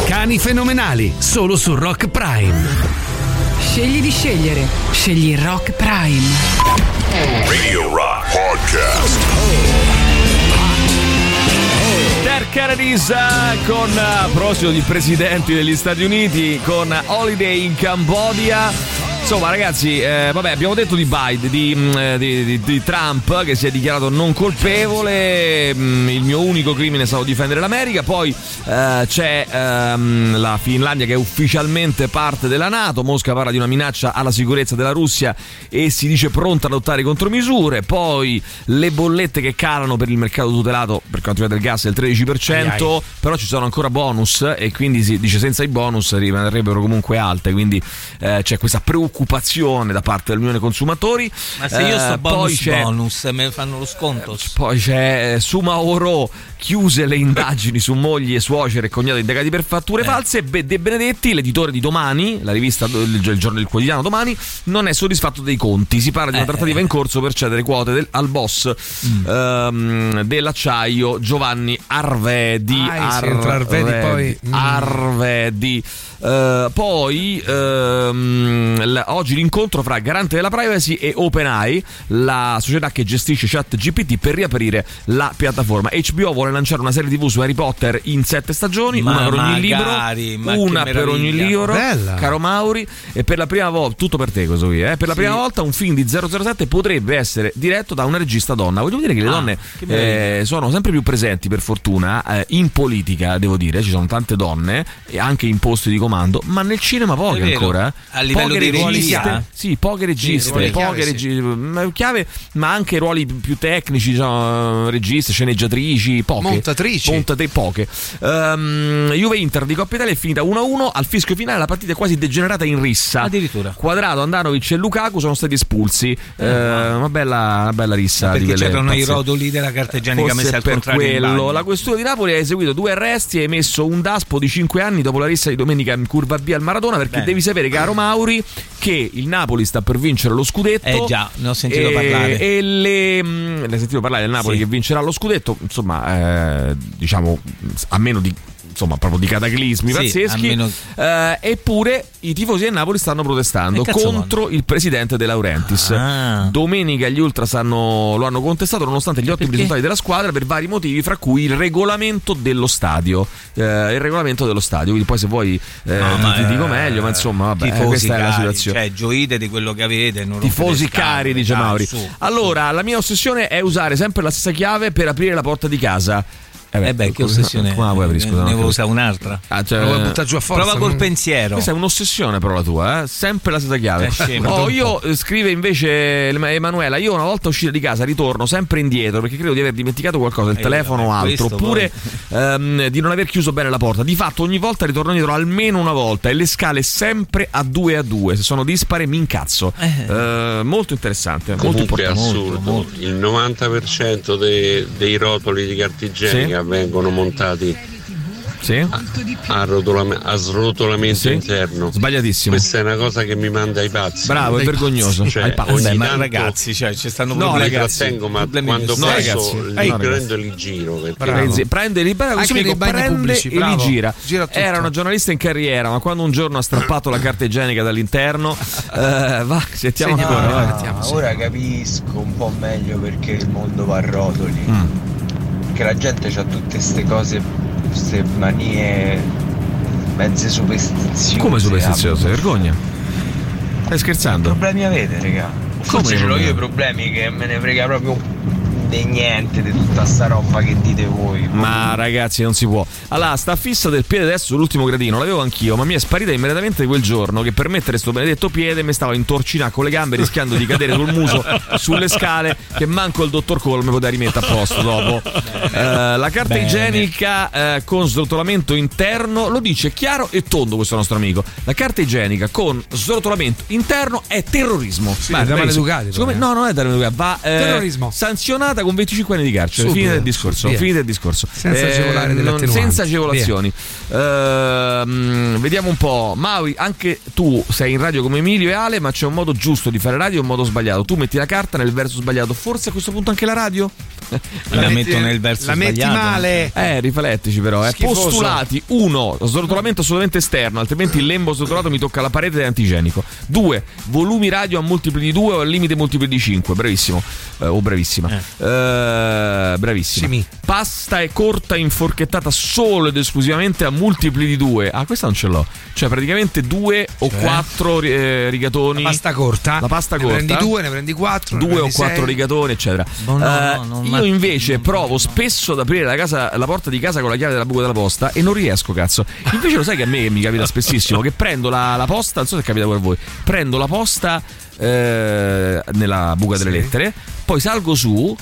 S3: Cani fenomenali, solo su Rock Prime.
S10: Scegli di scegliere. Scegli Rock Prime.
S8: Radio Rock Podcast.
S1: Ter Kennedys eh, con eh, a proposito di presidenti degli Stati Uniti con Holiday in Cambogia. Insomma, ragazzi, eh, vabbè, abbiamo detto di Biden, di, mm, eh, di- di- di Trump che si è dichiarato non colpevole. mm, il mio unico crimine è stato difendere l'America. Poi eh, c'è ehm, la Finlandia che è ufficialmente parte della NATO. Mosca parla di una minaccia alla sicurezza della Russia e si dice pronta ad adottare contromisure. Poi le bollette che calano per il mercato tutelato per quanto riguarda il gas del 13%.
S2: Ai ai.
S1: Però ci sono ancora bonus e quindi si dice senza i bonus rimarrebbero comunque alte. Quindi eh, c'è questa preoccupazione da parte dell'Unione Consumatori.
S2: Ma se io
S1: Eh,
S2: sto
S1: poi
S2: bonus
S1: c'è- Eh,
S2: bonus, me ne fanno lo sconto.
S1: poi c'è eh, Suma Oro, chiuse le indagini su moglie, suocere e cognato indagati per
S4: Eh.
S1: fatture false. Be- De Benedetti, l'editore di domani, la rivista, eh, il, il giorno del quotidiano domani, non è soddisfatto dei conti. Si parla di una
S4: Eh.
S1: trattativa in corso per cedere quote del- al boss
S4: Mm.
S1: ehm, dell'acciaio Giovanni Arvedi.
S4: Ah, sì, tra Arvedi poi- mm.
S1: Arvedi. Eh, poi ehm, l- oggi l'incontro fra Garante della Privacy e OpenAI, la società che gestisce ChatGPT per riaprire la piattaforma. HBO vuole lanciare una serie TV su Harry Potter in sette stagioni,
S2: Ma
S1: una per ogni
S2: magari, ma
S1: libro,
S2: che
S1: una per ogni
S2: meraviglia.
S1: libro.
S2: Bella.
S1: Caro Mauri, e per la prima volta, tutto per te questo qui, eh, per la
S2: Sì.
S1: prima volta un film di 007 potrebbe essere diretto da una regista donna. Voglio dire che le
S2: Ah,
S1: donne
S2: che meraviglia.
S1: eh, sono sempre più presenti per fortuna eh, in politica, devo dire, ci sono tante donne e anche in posti di comando, ma nel cinema poche
S2: È vero.
S1: ancora. eh.
S2: A livello
S1: poche
S2: di ruoli chiave.
S1: registe, sì, poche registe,
S2: ruoli chiave,
S1: poche
S2: sì.
S1: regi- ma chiave, ma anche ruoli più tecnici, diciamo, registe, sceneggiatrici, poche.
S3: Montatrici.
S1: Montate poche. Ehm, Juve Inter di Coppa Italia è finita 1-1 al fischio finale, la partita è quasi degenerata in rissa. Addirittura. Quadrato, Andanovic e Lukaku sono stati espulsi. Eh, una bella una bella rissa di
S2: Perché
S1: quelle
S2: c'erano i
S1: pazzesche.
S2: rodoli della carteggianica
S1: Forse
S2: messa al
S1: per
S2: contrario. in
S1: quello.
S2: bagno.
S1: La questura di Napoli ha eseguito due arresti e emesso un daspo di 5 anni dopo la rissa di domenica in curva via al Maradona. Perché
S2: Bene.
S1: devi sapere, caro Mauri, che il Napoli sta per vincere lo scudetto.
S2: Eh già, ne ho sentito
S1: e,
S2: parlare.
S1: E le, mh, ne hai sentito parlare del Napoli
S2: Sì.
S1: che vincerà lo scudetto. Insomma, eh, diciamo a meno di. Insomma, proprio di cataclismi
S2: Sì,
S1: pazzeschi.
S2: a meno-
S1: Eh, eppure i tifosi del Napoli stanno protestando
S2: E Eh, cazzo Ah.
S1: contro il presidente De Laurentiis. Domenica gli Ultra stanno- lo hanno contestato nonostante
S2: Cioè,
S1: gli ottimi risultati della squadra per vari motivi, fra cui il regolamento dello stadio. Eh, il regolamento dello stadio, quindi poi se vuoi eh,
S2: No,
S1: ti-
S2: ma,
S1: ti, dico
S2: eh,
S1: meglio, ma insomma, vabbè, eh,
S2: tifosi
S1: questa è la
S2: cari,
S1: situazione.
S2: Cioè, gioite di quello che avete. non rompete
S1: Tifosi
S2: le scatole,
S1: cari, dice
S2: dai,
S1: Mauri.
S2: su.
S1: Allora, la mia ossessione è usare sempre la stessa chiave per aprire la porta di casa. Eh beh,
S2: che ossessione
S1: Come la vuoi aprire,
S2: Ne-
S1: scusa?
S2: ne
S1: non
S2: volevo
S1: capisco.
S2: usare un'altra.
S1: Ah, cioè-
S2: La vuoi buttare giù a forza?
S1: Prova col
S2: Mm.
S1: pensiero. Questa è un'ossessione, però la tua, eh? sempre la stessa chiave.
S2: Eh, scemo.
S1: Oh, io eh, scrive invece Em- Emanuela: Io una volta uscita di casa ritorno sempre indietro perché credo di aver dimenticato qualcosa, il
S2: Eh,
S1: telefono o
S2: vabbè,
S1: altro,
S2: questo
S1: oppure ehm, di non aver chiuso bene la porta. Di fatto, ogni volta ritorno indietro almeno una volta e le scale sempre a due a due. Se sono dispare, mi incazzo. Eh, molto interessante, molto
S11: Comunque è
S1: importante.
S11: assurdo, il 90% dei, dei rotoli di carta igienica vengono montati
S1: a,
S11: a rotolam- a srotolamento interno.
S1: Sbagliatissimo.
S11: Questa è una cosa che mi manda ai pazzi.
S1: Bravo, è
S11: Ai
S1: vergognoso.
S11: pazzi. Cioè,
S1: Ai pazzi.
S11: ogni
S1: Beh, ma
S11: tanto
S2: ragazzi, cioè, ci stanno
S11: no,
S2: problemi,
S11: li
S2: ragazzi.
S11: trattengo, ma
S2: Problemi
S11: quando
S2: no,
S11: passo
S2: ragazzi.
S11: li
S2: Ehi,
S11: prendo e li giro. perché-
S1: Prende, prende li prende,
S11: Anche
S1: questo
S11: nei
S1: amico
S11: bagni
S1: prende
S11: pubblici,
S1: e
S11: bravo.
S1: li gira.
S11: Gira tutto.
S1: Era una giornalista in carriera, ma quando un giorno ha strappato la carta igienica dall'interno, eh, va, Mm. sentiamo ancora. eh. vai.
S13: ora capisco un po' meglio perché il mondo va a rotoli. Che la gente ha tutte queste cose, queste manie, mezze superstizioni.
S1: Come eh. superstizioso, vergogna. Stai scherzando?
S13: problemi avete, raga?
S1: Come
S13: Forse ce l'ho
S1: problemi?
S13: io i problemi che me ne frega proprio un di niente di tutta sta roba che dite voi.
S1: Ma ragazzi, non si può. Allora, sta fissa del piede destro sull'ultimo gradino, l'avevo anch'io, ma mi è sparita immediatamente quel giorno che per mettere sto benedetto piede mi stavo intorcinando con le gambe rischiando di cadere sul muso sulle scale che manco il dottor Colme poteva rimettere a posto dopo. Eh, la carta
S2: Bene.
S1: igienica eh, con srotolamento interno lo dice chiaro e tondo questo nostro amico. La carta igienica con srotolamento interno è terrorismo.
S4: è da
S1: bravissimo.
S4: maleducati,
S1: Siccome-
S4: poi, eh.
S1: no, non è da maleducati, va eh,
S4: Terrorismo.
S1: sanzionata con 25 anni di carcere.
S4: Subito.
S1: Finita il discorso.
S4: Via.
S1: Finita il discorso. Eh,
S4: Senza agevolare delle
S1: non-
S4: attenuanti.
S1: Senza agevolazioni. Ehm, vediamo un po'. Maui, anche tu sei in radio come Emilio e Ale, ma c'è un modo giusto di fare radio e un modo sbagliato. Tu metti la carta nel verso sbagliato, forse a questo punto anche la radio?
S2: La La metti- metto nel verso la metti sbagliato. male.
S1: Eh, riflettici però. eh.
S2: Schifoso.
S1: Postulati: 1. Srotolamento assolutamente esterno, altrimenti il lembo srotolato mi tocca la parete ed è antigenico. 2. Volumi radio a multipli di 2 o al limite multipli di 5. Bravissimo. Eh, o bravissima. Eh, bravissima. Pasta è corta inforchettata solo ed esclusivamente a multipli di 2. Ah, questa non ce l'ho. Cioè, praticamente 2 o 4 rigatoni. La pasta
S4: Cioè? corta.
S1: La pasta
S4: Ne
S1: corta.
S4: prendi due, ne prendi quattro, ne
S1: Due o
S4: prendi
S1: quattro
S4: sei. Boh,
S1: rigatoni, eccetera.
S4: No, no,
S1: Eh,
S4: no, non
S1: io
S4: ma-
S1: invece provo spesso ad aprire la, casa- la porta di casa con la chiave della buca della posta e non riesco, cazzo. Invece lo sai che a me mi capita spessissimo che prendo la, la posta, non so se capita pure a voi, prendo la posta eh, nella buca delle lettere, poi salgo su.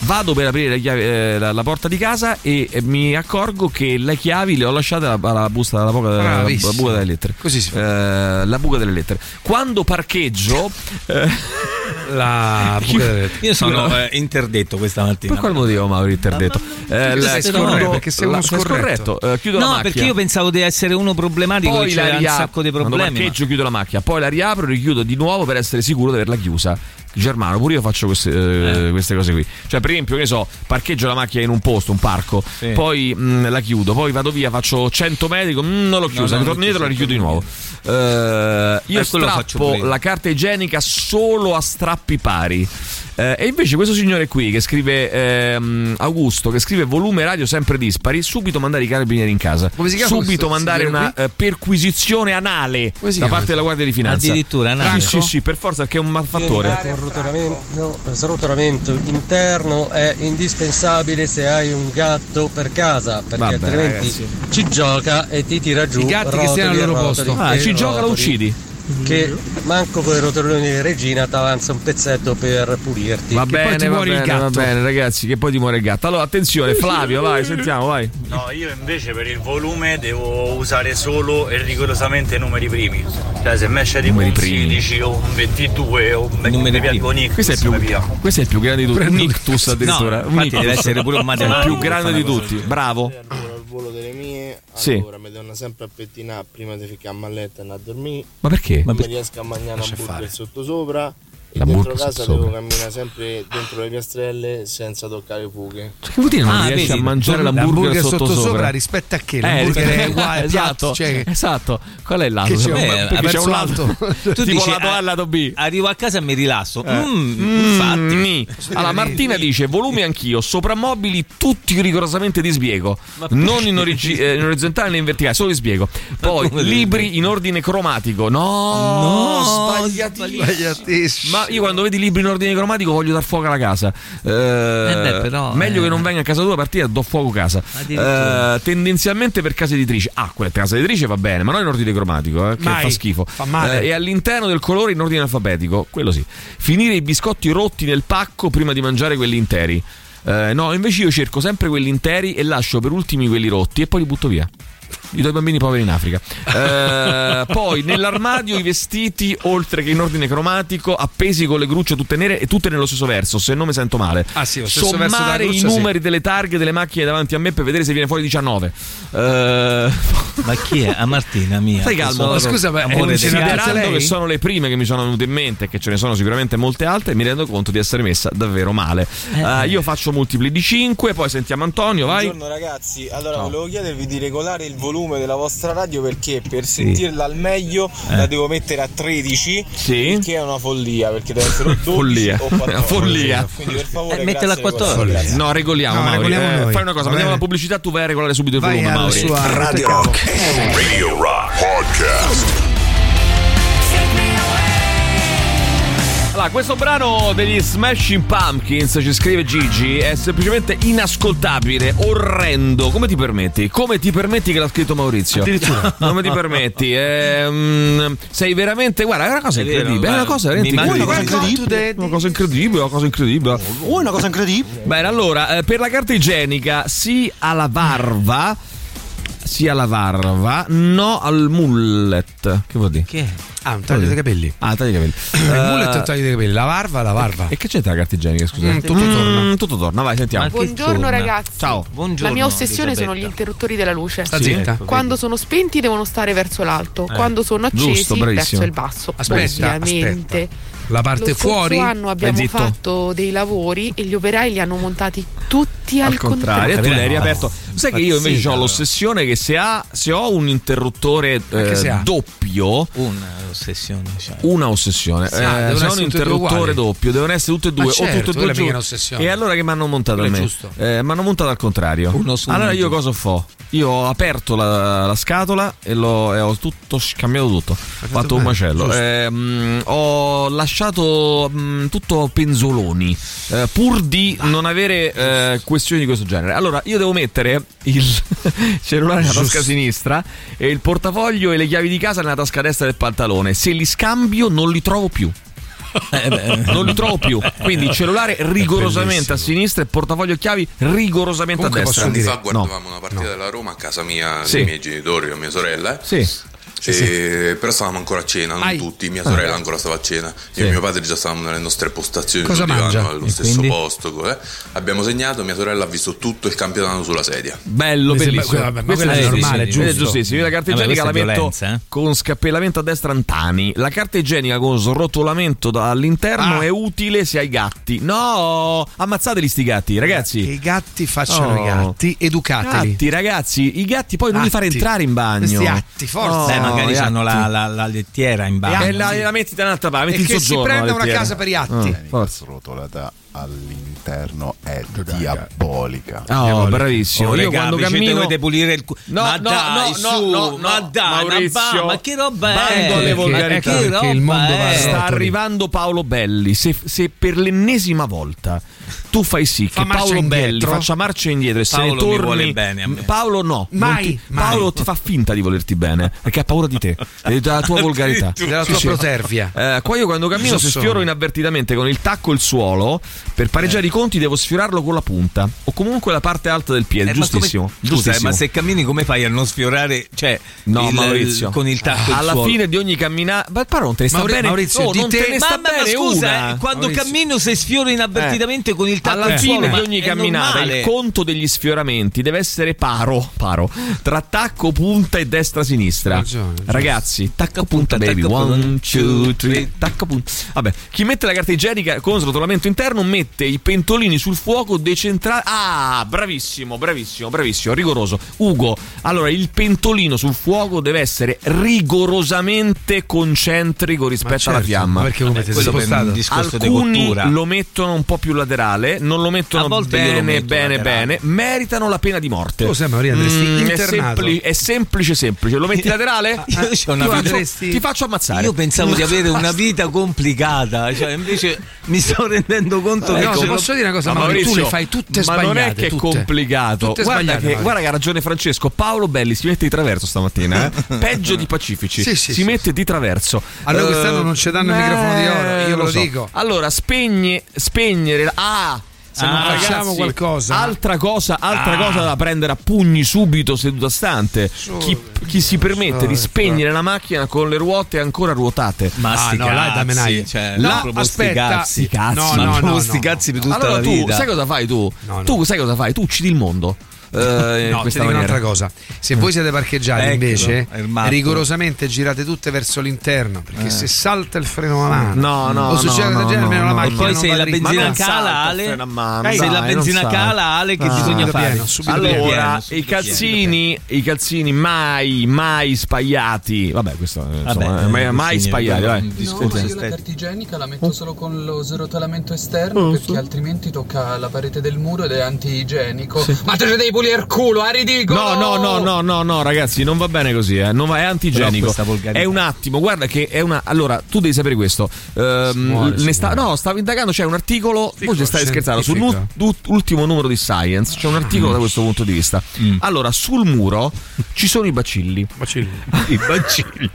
S1: Vado per aprire la, chiave- eh, la- la porta di casa e, e mi accorgo che le chiavi le ho lasciate alla, alla busta della poca- alla
S4: Bravissimo.
S1: buca delle lettere. Così si fa. la buca delle lettere. Quando parcheggio, eh,
S4: la
S2: buca delle lettere. Io sono, eh, interdetto questa mattina.
S1: Per qual motivo, Mauro? Interdetto. Eh,
S2: Perché
S1: la-
S2: sei
S1: chiudo-
S2: scorretto, perché sei uno
S1: la- sei
S2: scorretto.
S1: Eh, chiudo la
S2: No,
S1: macchia.
S2: perché io pensavo di essere uno problematico
S1: Poi
S2: che
S1: la
S2: c'era un
S1: riapro-
S2: sacco di
S1: quando
S2: problemi. ma-
S1: parcheggio chiudo la macchia, poi la riapro, richiudo di nuovo per essere sicuro di averla chiusa. Germano, pure io faccio queste, eh, queste cose qui. Cioè, per esempio, che ne so, parcheggio la macchina in un posto, un parco,
S2: Sì.
S1: poi mh, la chiudo, poi vado via, faccio 100 metri, dico, "Mm, non l'ho chiusa,
S2: no,
S1: ritorno
S2: non
S1: indietro e la richiudo di nuovo. Eh, io
S2: Eh, quello lo faccio
S1: strappo
S2: pure.
S1: la carta igienica solo a strappi pari. Eh, e invece questo signore qui che scrive ehm, Augusto, che scrive volume radio sempre dispari, subito mandare i carabinieri in casa.
S4: Come si chiama
S1: subito
S4: questo
S1: mandare
S4: signore
S1: una
S4: qui?
S1: eh, perquisizione anale
S4: Come si
S1: da
S4: chiama?
S1: parte della Guardia di Finanza.
S2: Addirittura anale?
S1: Sì, sì, sì, per forza perché è un malfattore.
S18: Un rotolamento- srotolamento interno è indispensabile se hai un gatto per casa perché
S1: Vabbè,
S18: altrimenti
S1: ragazzi.
S18: ci gioca e ti tira giù
S1: I gatti che stiano
S18: rotoli
S1: al
S18: e
S1: loro
S18: rotoli
S1: posto. Ah,
S18: e
S1: ci gioca, lo
S18: rotoli.
S1: uccidi.
S18: che manco con i rotoloni di regina ti avanza un pezzetto per pulirti
S1: Va
S18: Che poi
S1: bene,
S18: ti
S1: va
S18: muore il
S1: bene,
S18: gatto.
S1: va bene, ragazzi, che poi ti muore il gatto. Allora, attenzione, Flavio, vai, sentiamo, vai.
S14: No, io invece per il volume devo usare solo e rigorosamente numeri primi. Cioè se mi esce tipo
S1: Numeri
S14: un
S1: primi.
S14: 16 o un 22 o un numeri primi.
S1: Questo è, più, questo è il più grande di tutti. Un ictus addirittura.
S2: No,
S1: Un
S2: infatti
S1: ictus.
S2: deve essere pure un matematico
S1: Il più grande
S2: per
S1: di
S2: fare una cosa
S1: tutti.
S2: del
S1: Bravo.
S15: al volo delle mie
S1: Sì.
S15: allora mi devono sempre a pettinare prima di ficare a letto e andare a dormire
S1: Ma perché? Ma
S15: non
S1: per-
S15: mi riesco a mangiare
S1: Lascia
S15: una burger
S1: fare.
S15: sottosopra e
S1: La
S15: dentro
S1: burger
S15: casa
S1: sottosopra.
S15: devo camminare sempre dentro le piastrelle senza toccare fughe
S1: Che vuol dire non
S15: Ah,
S1: riesci
S15: vedi,
S1: a mangiare
S15: torna-
S1: l'hamburger
S4: l'hamburger
S1: sotto
S4: sottosopra
S1: sopra? Eh,
S4: rispetto a che? L'hamburger
S1: rispetto-
S4: è uguale,
S1: esatto,
S4: piatto, cioè-
S1: esatto. Qual è il lato?
S4: Che c'è un-
S1: Beh,
S4: un
S1: perché c'è un
S4: pezzo
S1: lato.
S4: alto.
S1: tipo
S2: dici,
S1: lato ah, A
S2: eh,
S1: e lato B.
S2: Arrivo a casa e mi rilasso.
S1: Eh.
S2: Mm,
S1: Mm,
S2: infatti.
S1: nì. Allora Martina dice volumi anch'io, soprammobili tutti rigorosamente di sbiego, non in, origi- eh, in orizzontale né in verticale, solo di sbiego. Poi libri in ordine cromatico. No, sbagliatissimo. Ma io quando vedi libri in ordine cromatico voglio dar fuoco alla casa. Eh,
S2: beh, però,
S1: meglio
S2: eh.
S1: che non venga a casa tua a partire, do fuoco casa.
S2: Addirittura.
S1: Eh, tendenzialmente per case editrici. Ah, quella casa editrice va bene, ma non in ordine cromatico, eh, che
S4: Mai.
S1: fa schifo.
S4: Fa male.
S1: Eh, e all'interno del colore in ordine alfabetico, quello sì. Finire i biscotti rotti nel pacco prima di mangiare quelli interi. Eh, no, invece io cerco sempre quelli interi e lascio per ultimi quelli rotti e poi li butto via. Li do ai bambini poveri in Africa. Eh, poi nell'armadio i vestiti, oltre che in ordine cromatico, appesi con le grucce tutte nere e tutte nello stesso verso, se non mi sento male.
S4: Ah, sì, lo stesso verso della
S1: Sommare i
S4: gruccia, sì.
S1: numeri delle targhe delle macchine davanti a me per vedere se viene fuori 19. Ma
S2: chi è? A Martina mia.
S1: Stai calmo. Eh,
S2: Tesoro, amore del cazzo.
S1: considerando che sono le prime che mi sono venute in mente, e che ce ne sono sicuramente molte altre, mi rendo conto di essere messa davvero male. Eh, io faccio multipli di 5, poi sentiamo Antonio, vai.
S25: Buongiorno ragazzi, allora volevo chiedervi di regolare il volume della vostra radio perché per sentirla al meglio la devo mettere a 13
S1: Eh. Sì.
S25: che è una follia perché deve essere o 12
S1: Follia.
S25: o 14.
S1: Follia.
S25: Quindi per favore
S2: Eh, mettela a
S25: grazie, cose,
S2: 14.
S25: grazie.
S1: No, regoliamo.
S2: No,
S1: Mauri.
S2: regoliamo
S1: Eh,
S2: noi.
S1: fai una cosa,
S2: Va
S1: mandiamo
S2: bene.
S1: la pubblicità, tu vai a regolare subito il
S2: Vai
S1: volume,
S2: alla
S1: Mauri.
S2: sua-
S8: Radio Rock. Radio Rock Podcast.
S1: Allora, Allora, questo brano degli Smashing Pumpkins, ci scrive Gigi, è semplicemente inascoltabile, orrendo. Come ti permetti? Come ti permetti che l'ha scritto Maurizio?
S4: Addirittura.
S1: Come ti permetti? Ehm, sei veramente... Guarda, è una cosa
S4: È vero,
S1: incredibile. è una
S4: guarda,
S1: cosa
S4: mi
S1: veramente
S4: manca-
S1: incredibile. Una cosa incredibile, una cosa incredibile.
S16: Oh, è una cosa incredibile.
S1: Bene, allora, eh, per la carta igienica, sì alla varva, sì alla varva, no al mullet. Che vuol dire?
S4: Che è? Ah, un taglio dei capelli.
S1: Ah, taglio dei capelli.
S4: Il
S1: Eh,
S4: mullet è un taglio dei capelli, la varva, la varva.
S1: E che c'entra la carta igienica, scusa?
S4: Mm, tutto torna.
S1: tutto torna, vai, sentiamo.
S17: Buongiorno ragazzi.
S1: Ciao.
S17: La mia ossessione sono gli interruttori della luce.
S1: Sta zitta. Ecco,
S17: Quando sono spenti devono stare verso l'alto,
S4: Eh.
S17: quando sono accesi
S4: Giusto, bravissimo.
S17: verso il basso.
S4: Aspetta,
S17: ovviamente.
S4: La parte
S17: Lo scorso
S4: fuori.
S17: anno abbiamo fatto dei lavori e gli operai li hanno montati tutti al,
S1: Al contrario, e tu l'hai riaperto. Sai che io invece
S17: Pazzita,
S1: ho l'ossessione che se, ha- se ho un interruttore eh,
S2: se ha?
S1: doppio, eh,
S2: Un'ossessione, diciamo.
S1: una ossessione.
S2: Sì, ah, devono
S1: Eh, se ho un
S2: essere tutte e due
S1: interruttore
S2: uguali.
S1: doppio, devono essere tutte e
S2: Ma
S1: due.
S2: certo,
S1: o tutte e
S2: quella mica
S1: due
S2: è
S1: giù.
S2: un'ossessione.
S1: E allora che mi hanno montato a
S2: Quello è
S1: me?
S2: giusto.
S1: Eh, mi hanno montato al contrario.
S2: su
S1: allora
S2: uno
S1: io
S2: giù.
S1: cosa fo? Io ho aperto la, la scatola e, l'ho- e ho tutto cambiato tutto. Ho fatto, un
S2: bene,
S1: macello.
S2: giusto.
S1: Eh, mm, ho lasciato mm, tutto penzoloni eh, pur di non avere eh, questioni di questo genere. Allora io devo mettere il cellulare nella tasca
S2: Giusto.
S1: sinistra e il portafoglio e le chiavi di casa nella tasca destra del pantalone. Se li scambio non li trovo più. non li trovo più. Quindi il cellulare
S19: È
S1: rigorosamente a sinistra e portafoglio e chiavi rigorosamente
S19: Comunque
S1: a
S19: posso
S1: destra.
S19: anni fa
S1: No.
S19: guardavamo una partita della Roma a casa mia,
S1: Sì.
S19: dei miei genitori o mia sorella. E- Però stavamo ancora a cena, non
S4: Ai.
S19: tutti, mia
S4: Ah.
S19: sorella ancora stava a cena, io e mio padre già stavamo nelle nostre postazioni
S4: Cosa
S19: sul divano,
S4: mangia?
S19: allo
S4: E
S19: stesso
S4: quindi?
S19: posto. co- eh. Abbiamo segnato, mia sorella ha visto tutto il campionato sulla sedia.
S1: Bello,
S19: Mi sembra-
S1: bellissimo.
S19: quella- ma
S1: Questa
S19: quella è normale,
S1: giustissima,
S19: giusto.
S1: questa è giustissima. Io la carta
S19: Vabbè,
S1: igienica la
S19: questa è
S1: metto
S19: violenza, eh.
S1: con scappellamento a destra Antani. La carta igienica con srotolamento dall'interno è utile se hai gatti. No, ammazzateli sti gatti, ragazzi. Che
S4: i gatti facciano i gatti, educateli.
S1: Gatti, ragazzi, i gatti poi non li fare
S4: Atti.
S1: entrare in bagno.
S4: Questi atti, forza.
S1: No,
S2: Beh, magari
S1: gli
S2: hanno
S1: atti.
S2: la, la, la lettiera in bagno.
S1: E la, la metti da un'altra parte, metti
S2: E
S1: in
S2: che si
S1: soggiorno.
S2: prenda
S1: la
S2: una
S1: lettiera.
S2: casa per gli atti.
S1: Ah, forza.
S20: Rotolata all'interno è diabolica.
S1: Oh, bravissimo.
S2: Oh,
S1: Io
S2: raga,
S1: quando
S2: vi ci
S1: cammino
S2: dovete pulire il cu-
S1: No,
S2: ma
S1: no,
S2: dai,
S1: no,
S2: su,
S1: no, no,
S2: ma
S1: no,
S2: dai,
S1: Maurizio.
S2: ma, va- ma che roba è?
S1: Bando alle
S2: Ma
S1: volgarità.
S2: che roba è?
S1: Sta arrivando Paolo Belli. Se, se per l'ennesima volta tu fai sì
S2: Fa
S1: che
S2: marcia
S1: Paolo Belli
S2: indietro.
S1: faccia marcia indietro e se ne
S2: Paolo mi
S1: torni.
S2: vuole bene a me.
S1: Paolo no. non
S2: Mai,
S1: ti-
S2: mai.
S1: Paolo ti fa finta di volerti bene perché ha paura di te, e della tua volgarità,
S4: Della tua protervia.
S1: Eh, qua io quando cammino se
S4: Sossoni.
S1: sfioro inavvertitamente con il tacco il suolo, per pareggiare
S2: Eh.
S1: i conti devo sfiorarlo con la punta o comunque la parte alta del piede,
S2: Eh, ma
S1: giustissimo.
S2: come- Scusa, eh,
S1: giustissimo.
S2: ma se cammini come fai a non sfiorare? Cioè,
S1: No,
S2: il-
S1: Maurizio.
S2: il- con il tacco il
S1: Alla
S2: suolo?
S1: fine di ogni camminata. Ma però non te ne sta
S2: Mauri-
S1: bene.
S2: Maurizio,
S1: Oh,
S2: di
S1: non
S2: te-
S1: ne sta
S2: Mamma, ma
S1: bene
S2: scusa,
S1: una.
S2: eh, quando
S1: Maurizio.
S2: cammino se
S1: Eh.
S2: sfioro inavvertitamente con il tacco
S1: alla
S2: al
S1: fine
S2: suolo,
S1: di
S2: ma
S1: ogni
S2: è
S1: camminata
S2: normale.
S1: il conto degli sfioramenti deve essere paro, paro tra tacco, punta e destra-sinistra.
S2: Ragione, giusto.
S1: Ragazzi, tacco, punta, baby.
S2: tacco, punta.
S1: One, two, three, tacco, punta. Mm. Vabbè, chi mette la carta igienica con srotolamento interno mette i pentolini sul fuoco decentrati. Ah, bravissimo, bravissimo, bravissimo, rigoroso. Ugo, allora il pentolino sul fuoco deve essere rigorosamente concentrico rispetto alla
S4: certo,
S1: fiamma.
S4: ma perché come Vabbè, ti sei quello per un spostato? discorso di
S1: Alcuni
S4: cottura.
S1: lo mettono un po' più laterale, non lo
S4: A
S1: mettono
S4: volte io lo
S1: bene,
S4: metto
S1: bene,
S4: laterale.
S1: bene, meritano la pena di morte. Mm,
S4: Tu sai, Maria, andresti
S1: è,
S4: internato.
S1: sempli- è semplice, semplice. Lo metti laterale?
S2: Io c'ho una
S1: ti,
S2: vita-
S1: faccio, ti faccio ammazzare.
S2: Io pensavo di avere una
S1: Basta.
S2: vita complicata, cioè invece mi sto rendendo conto
S4: Eh,
S2: che
S4: no,
S2: ce
S4: se
S2: l'ho-
S4: posso dire una cosa,
S1: Ma
S4: Maurizio, tu
S1: Maurizio,
S4: le fai tutte
S1: ma
S4: sbagliate.
S1: non è che è
S4: tutte.
S1: complicato.
S4: Tutte
S1: guarda,
S4: sbagliate,
S1: che,
S4: Maurizio.
S1: guarda che ha ragione Francesco. Paolo Belli si mette di traverso stamattina. eh. Peggio di Pacifici.
S4: Sì, sì,
S1: si mette di traverso.
S4: A noi
S1: Eh,
S4: quest'anno non ci danno il microfono di oro, io
S1: eh,
S4: lo
S1: so.
S4: dico.
S1: Allora, spegne, spegnere. la- Ah!
S4: Se non facciamo qualcosa.
S1: Altra cosa, altra
S4: Ah.
S1: cosa da prendere a pugni subito seduta stante. Chi, chi si permette di spegnere la macchina con le ruote ancora ruotate.
S2: Ma
S4: Ah, sti no, là è da cazzi, menare. cioè, là proprio sti cazzi.
S1: sti cazzi.
S4: No, no, no, no.
S1: allora tu, sai cosa fai tu?
S4: No, no.
S1: Tu sai cosa fai? Tu uccidi il mondo. eh, in
S4: no,
S1: questa
S4: ti dico
S1: maniera. Ecco.
S4: un'altra cosa. Se voi siete parcheggiati
S1: Eccolo,
S4: invece,
S1: è il matto.
S4: rigorosamente girate tutte verso l'interno. Perché
S1: Eh.
S4: se salta il freno a mano,
S1: No, no,
S4: o succede
S1: no,
S4: del
S1: no,
S4: genere,
S1: no,
S4: almeno
S1: no,
S4: la
S1: no.
S4: macchina
S1: Poi
S4: non
S1: se
S4: va
S1: la
S4: dritta.
S1: benzina
S4: Ma non
S1: cala,
S4: salta il
S1: Ale, Cioè,
S4: freno a mano,
S1: se
S4: dai,
S1: la
S4: non
S1: benzina
S4: salta.
S1: cala, Ale, che
S4: Ah,
S1: bisogna
S4: subito
S1: fare?
S4: pieno, subito
S1: allora,
S4: pieno,
S1: i
S4: subito
S1: calzini, i calzini mai, mai spagliati. Vabbè, questo eh, insomma,
S2: Vabbè,
S1: eh, mai, mai
S2: calzini,
S1: spagliati.
S2: quello è
S1: Vabbè.
S2: un
S21: No, ma io la carta igienica la
S1: Oh.
S21: metto solo con lo srotolamento esterno perché altrimenti tocca la parete del muro ed è antiigienico. Ma te ce devi pulire Spuli il culo, a ridicolo!
S1: No, no, no, no, no, no, ragazzi, non va bene così, eh. Non va- è antigenico.
S2: questa volgarità.
S1: È un attimo, guarda che è una. Allora, tu devi sapere questo. Ehm,
S2: muore,
S1: ne
S2: si
S1: sta- No, stavo indagando, c'è un articolo. Voi ci state scherzando.
S2: scientifico.
S1: Sull'ultimo numero di Science c'è un articolo da questo punto di vista.
S4: Mm.
S1: Allora, sul muro ci sono i bacilli. Bacilli. I bacilli.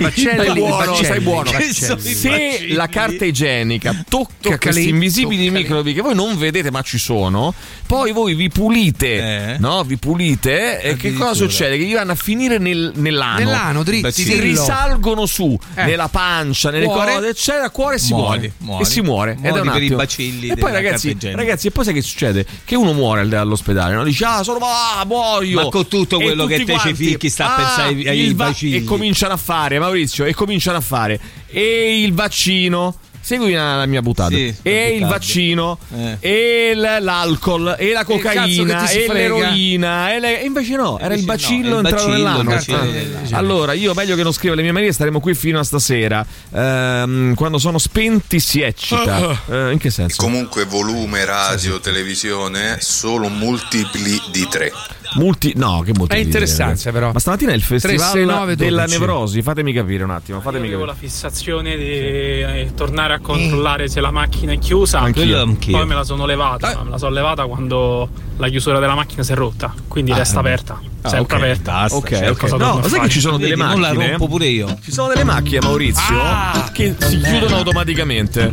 S4: Baccelli,
S1: Stai buono,
S4: baccelli,
S1: stai buono.
S4: baccelli.
S1: Se la carta igienica tocca
S4: Tocca
S1: questi
S4: lì,
S1: invisibili microbi che voi non vedete ma ci sono, poi voi vi
S4: Eh.
S1: pulite, no? Vi pulite e che cosa succede? Che vi vanno a finire nel- nell'ano.
S4: Nell'ano, dritto,
S1: Si
S4: dillo.
S1: risalgono su,
S4: Eh.
S1: nella pancia, nelle
S4: Muore.
S1: corde, eccetera, cuore e si
S4: Muori,
S1: muore.
S4: muori.
S1: E si muore. Ed
S4: Muori
S1: è un
S4: per i
S1: attimo.
S4: bacilli
S1: E
S4: della
S1: poi ragazzi,
S4: carta igienica.
S1: ragazzi, e poi sai che succede? Che uno muore all- all'ospedale, no? Dici, ah, sono ah, muoio.
S2: Ma con tutto
S1: E
S2: quello che
S1: tutti
S2: te ci
S1: quanti,
S2: ficchi sta a
S1: "Ah,
S2: pensare ai- ai
S1: il va-
S2: bacilli."
S1: E cominciano a fare, Maurizio, e cominciano a fare. E il vaccino. Segui la, la mia buttata.
S2: Sì, la
S1: e il
S2: buttata.
S1: vaccino. E l- l'alcol. E la
S2: Che cazzo che
S1: cocaina.
S2: ti si
S1: E
S2: frega?
S1: l'eroina. E, le- e invece no, era il bacillo
S2: no, il
S1: entrato
S2: bacillo,
S1: nell'anno.
S2: il bacillo
S1: Ah.
S2: nell'anno.
S1: Allora, io meglio che non scrivo le mie manie, staremo qui fino a stasera. Ehm, quando sono spenti si eccita.
S19: Ah.
S1: Eh, in che senso?
S19: Comunque volume, radio, televisione, solo multipli di tre.
S1: Multi, no, che multi
S19: È interessante,
S1: però. Ma stamattina è il festival
S19: 3, 6, 9,
S1: della
S19: 12.
S1: nevrosi. Fatemi capire un attimo. Fatemi
S5: Avevo
S1: capire.
S5: la fissazione di eh, tornare a controllare se la macchina è chiusa.
S1: Anch'io. Quello anch'io.
S5: Poi me la sono levata. ma Me la sono levata quando la chiusura della macchina si è rotta. Quindi
S1: Ah,
S5: resta
S1: vabbè.
S5: aperta.
S1: Ah,
S5: sempre
S1: ok.
S5: aperta.
S1: Basta,
S5: Ok,
S1: certo.
S5: ok. Cosa
S1: No,
S5: dobbiamo
S1: sai che
S5: fare?
S1: ci sono delle
S5: Vedi, non
S1: macchine?
S5: la rompo
S1: pure io. Ci sono delle macchine, Maurizio,
S5: Ah.
S1: che si chiudono automaticamente.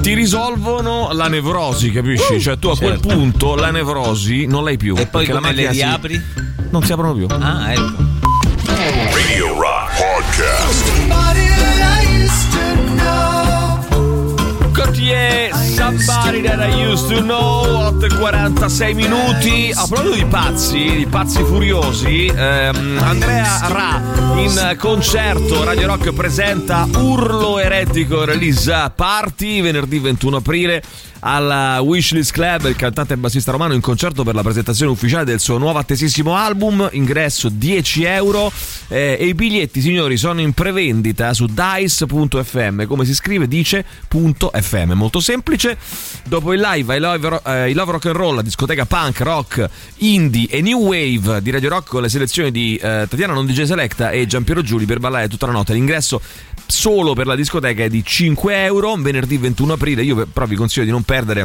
S1: Ti risolvono la nevrosi, capisci? cioè, tu a
S2: certo.
S1: quel punto la nevrosi non l'hai più.
S2: E poi
S1: perché la
S2: come le
S1: macchina si-
S2: riapri?
S1: Non si aprono più. Ah, ecco.
S8: Radio
S1: Ah,
S8: Rock Podcast.
S1: Cartier, somebody that I used to know, 8.46 minuti. A proposito di pazzi, di pazzi furiosi, ehm, Andrea Ra in concerto Radio Rock presenta Urlo Eretico Release Party venerdì 21 aprile alla Wishlist Club, il cantante e bassista romano in concerto per la presentazione ufficiale del suo nuovo attesissimo album, ingresso 10 euro eh, e i biglietti signori sono in prevendita su dice.fm, come si scrive dice punto .fm, molto semplice, dopo il live I love, Ro- eh, I Love rock and roll, la discoteca punk, rock, indie e new wave di Radio Rock con le selezioni di eh, Tatiana Non DJ Selecta e Giampiero Giuli per ballare tutta la notte, l'ingresso solo per la discoteca è di 5 euro venerdì 21 aprile io però vi consiglio di non perdere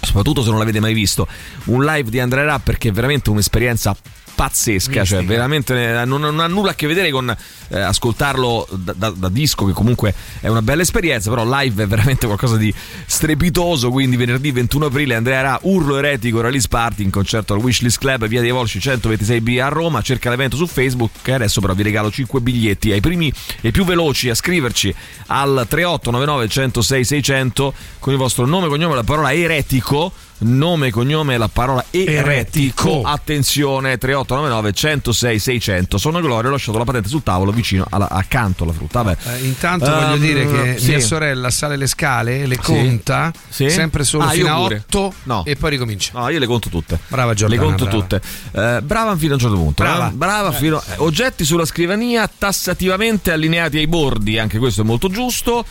S1: soprattutto se non l'avete mai visto un live di Andrea Rapp perché è veramente un'esperienza pazzesca cioè veramente eh, non, non ha nulla a che vedere con eh, ascoltarlo da, da- da disco che comunque è una bella esperienza però live è veramente qualcosa di strepitoso quindi venerdì 21 aprile Andrea Ra Urlo Eretico Release Party in concerto al Wishlist Club via dei Volsci 126B a Roma cerca l'evento su Facebook e adesso però vi regalo 5 biglietti ai primi e più veloci a scriverci al 3899 106 600 con il vostro nome, cognome e la parola eretico nome, cognome e la parola eretico attenzione 3899 106 600 sono Gloria ho lasciato la patente sul tavolo vicino alla- accanto alla frutta Vabbè.
S4: Eh, intanto
S1: Um,
S4: voglio dire che
S1: sì.
S4: mia sorella sale le scale, le
S1: Sì.
S4: conta
S1: Sì.
S4: sempre solo
S1: Ah, io
S4: fino a
S1: pure.
S4: 8
S1: No.
S4: e poi ricomincia.
S1: No, Ah, io le conto tutte.
S4: Brava Giordana.
S1: le conto
S4: brava.
S1: tutte. Eh, brava fino a un certo punto.
S4: Brava.
S1: eh? Brava fino eh, Oggetti sulla scrivania tassativamente allineati ai bordi, anche questo è molto giusto.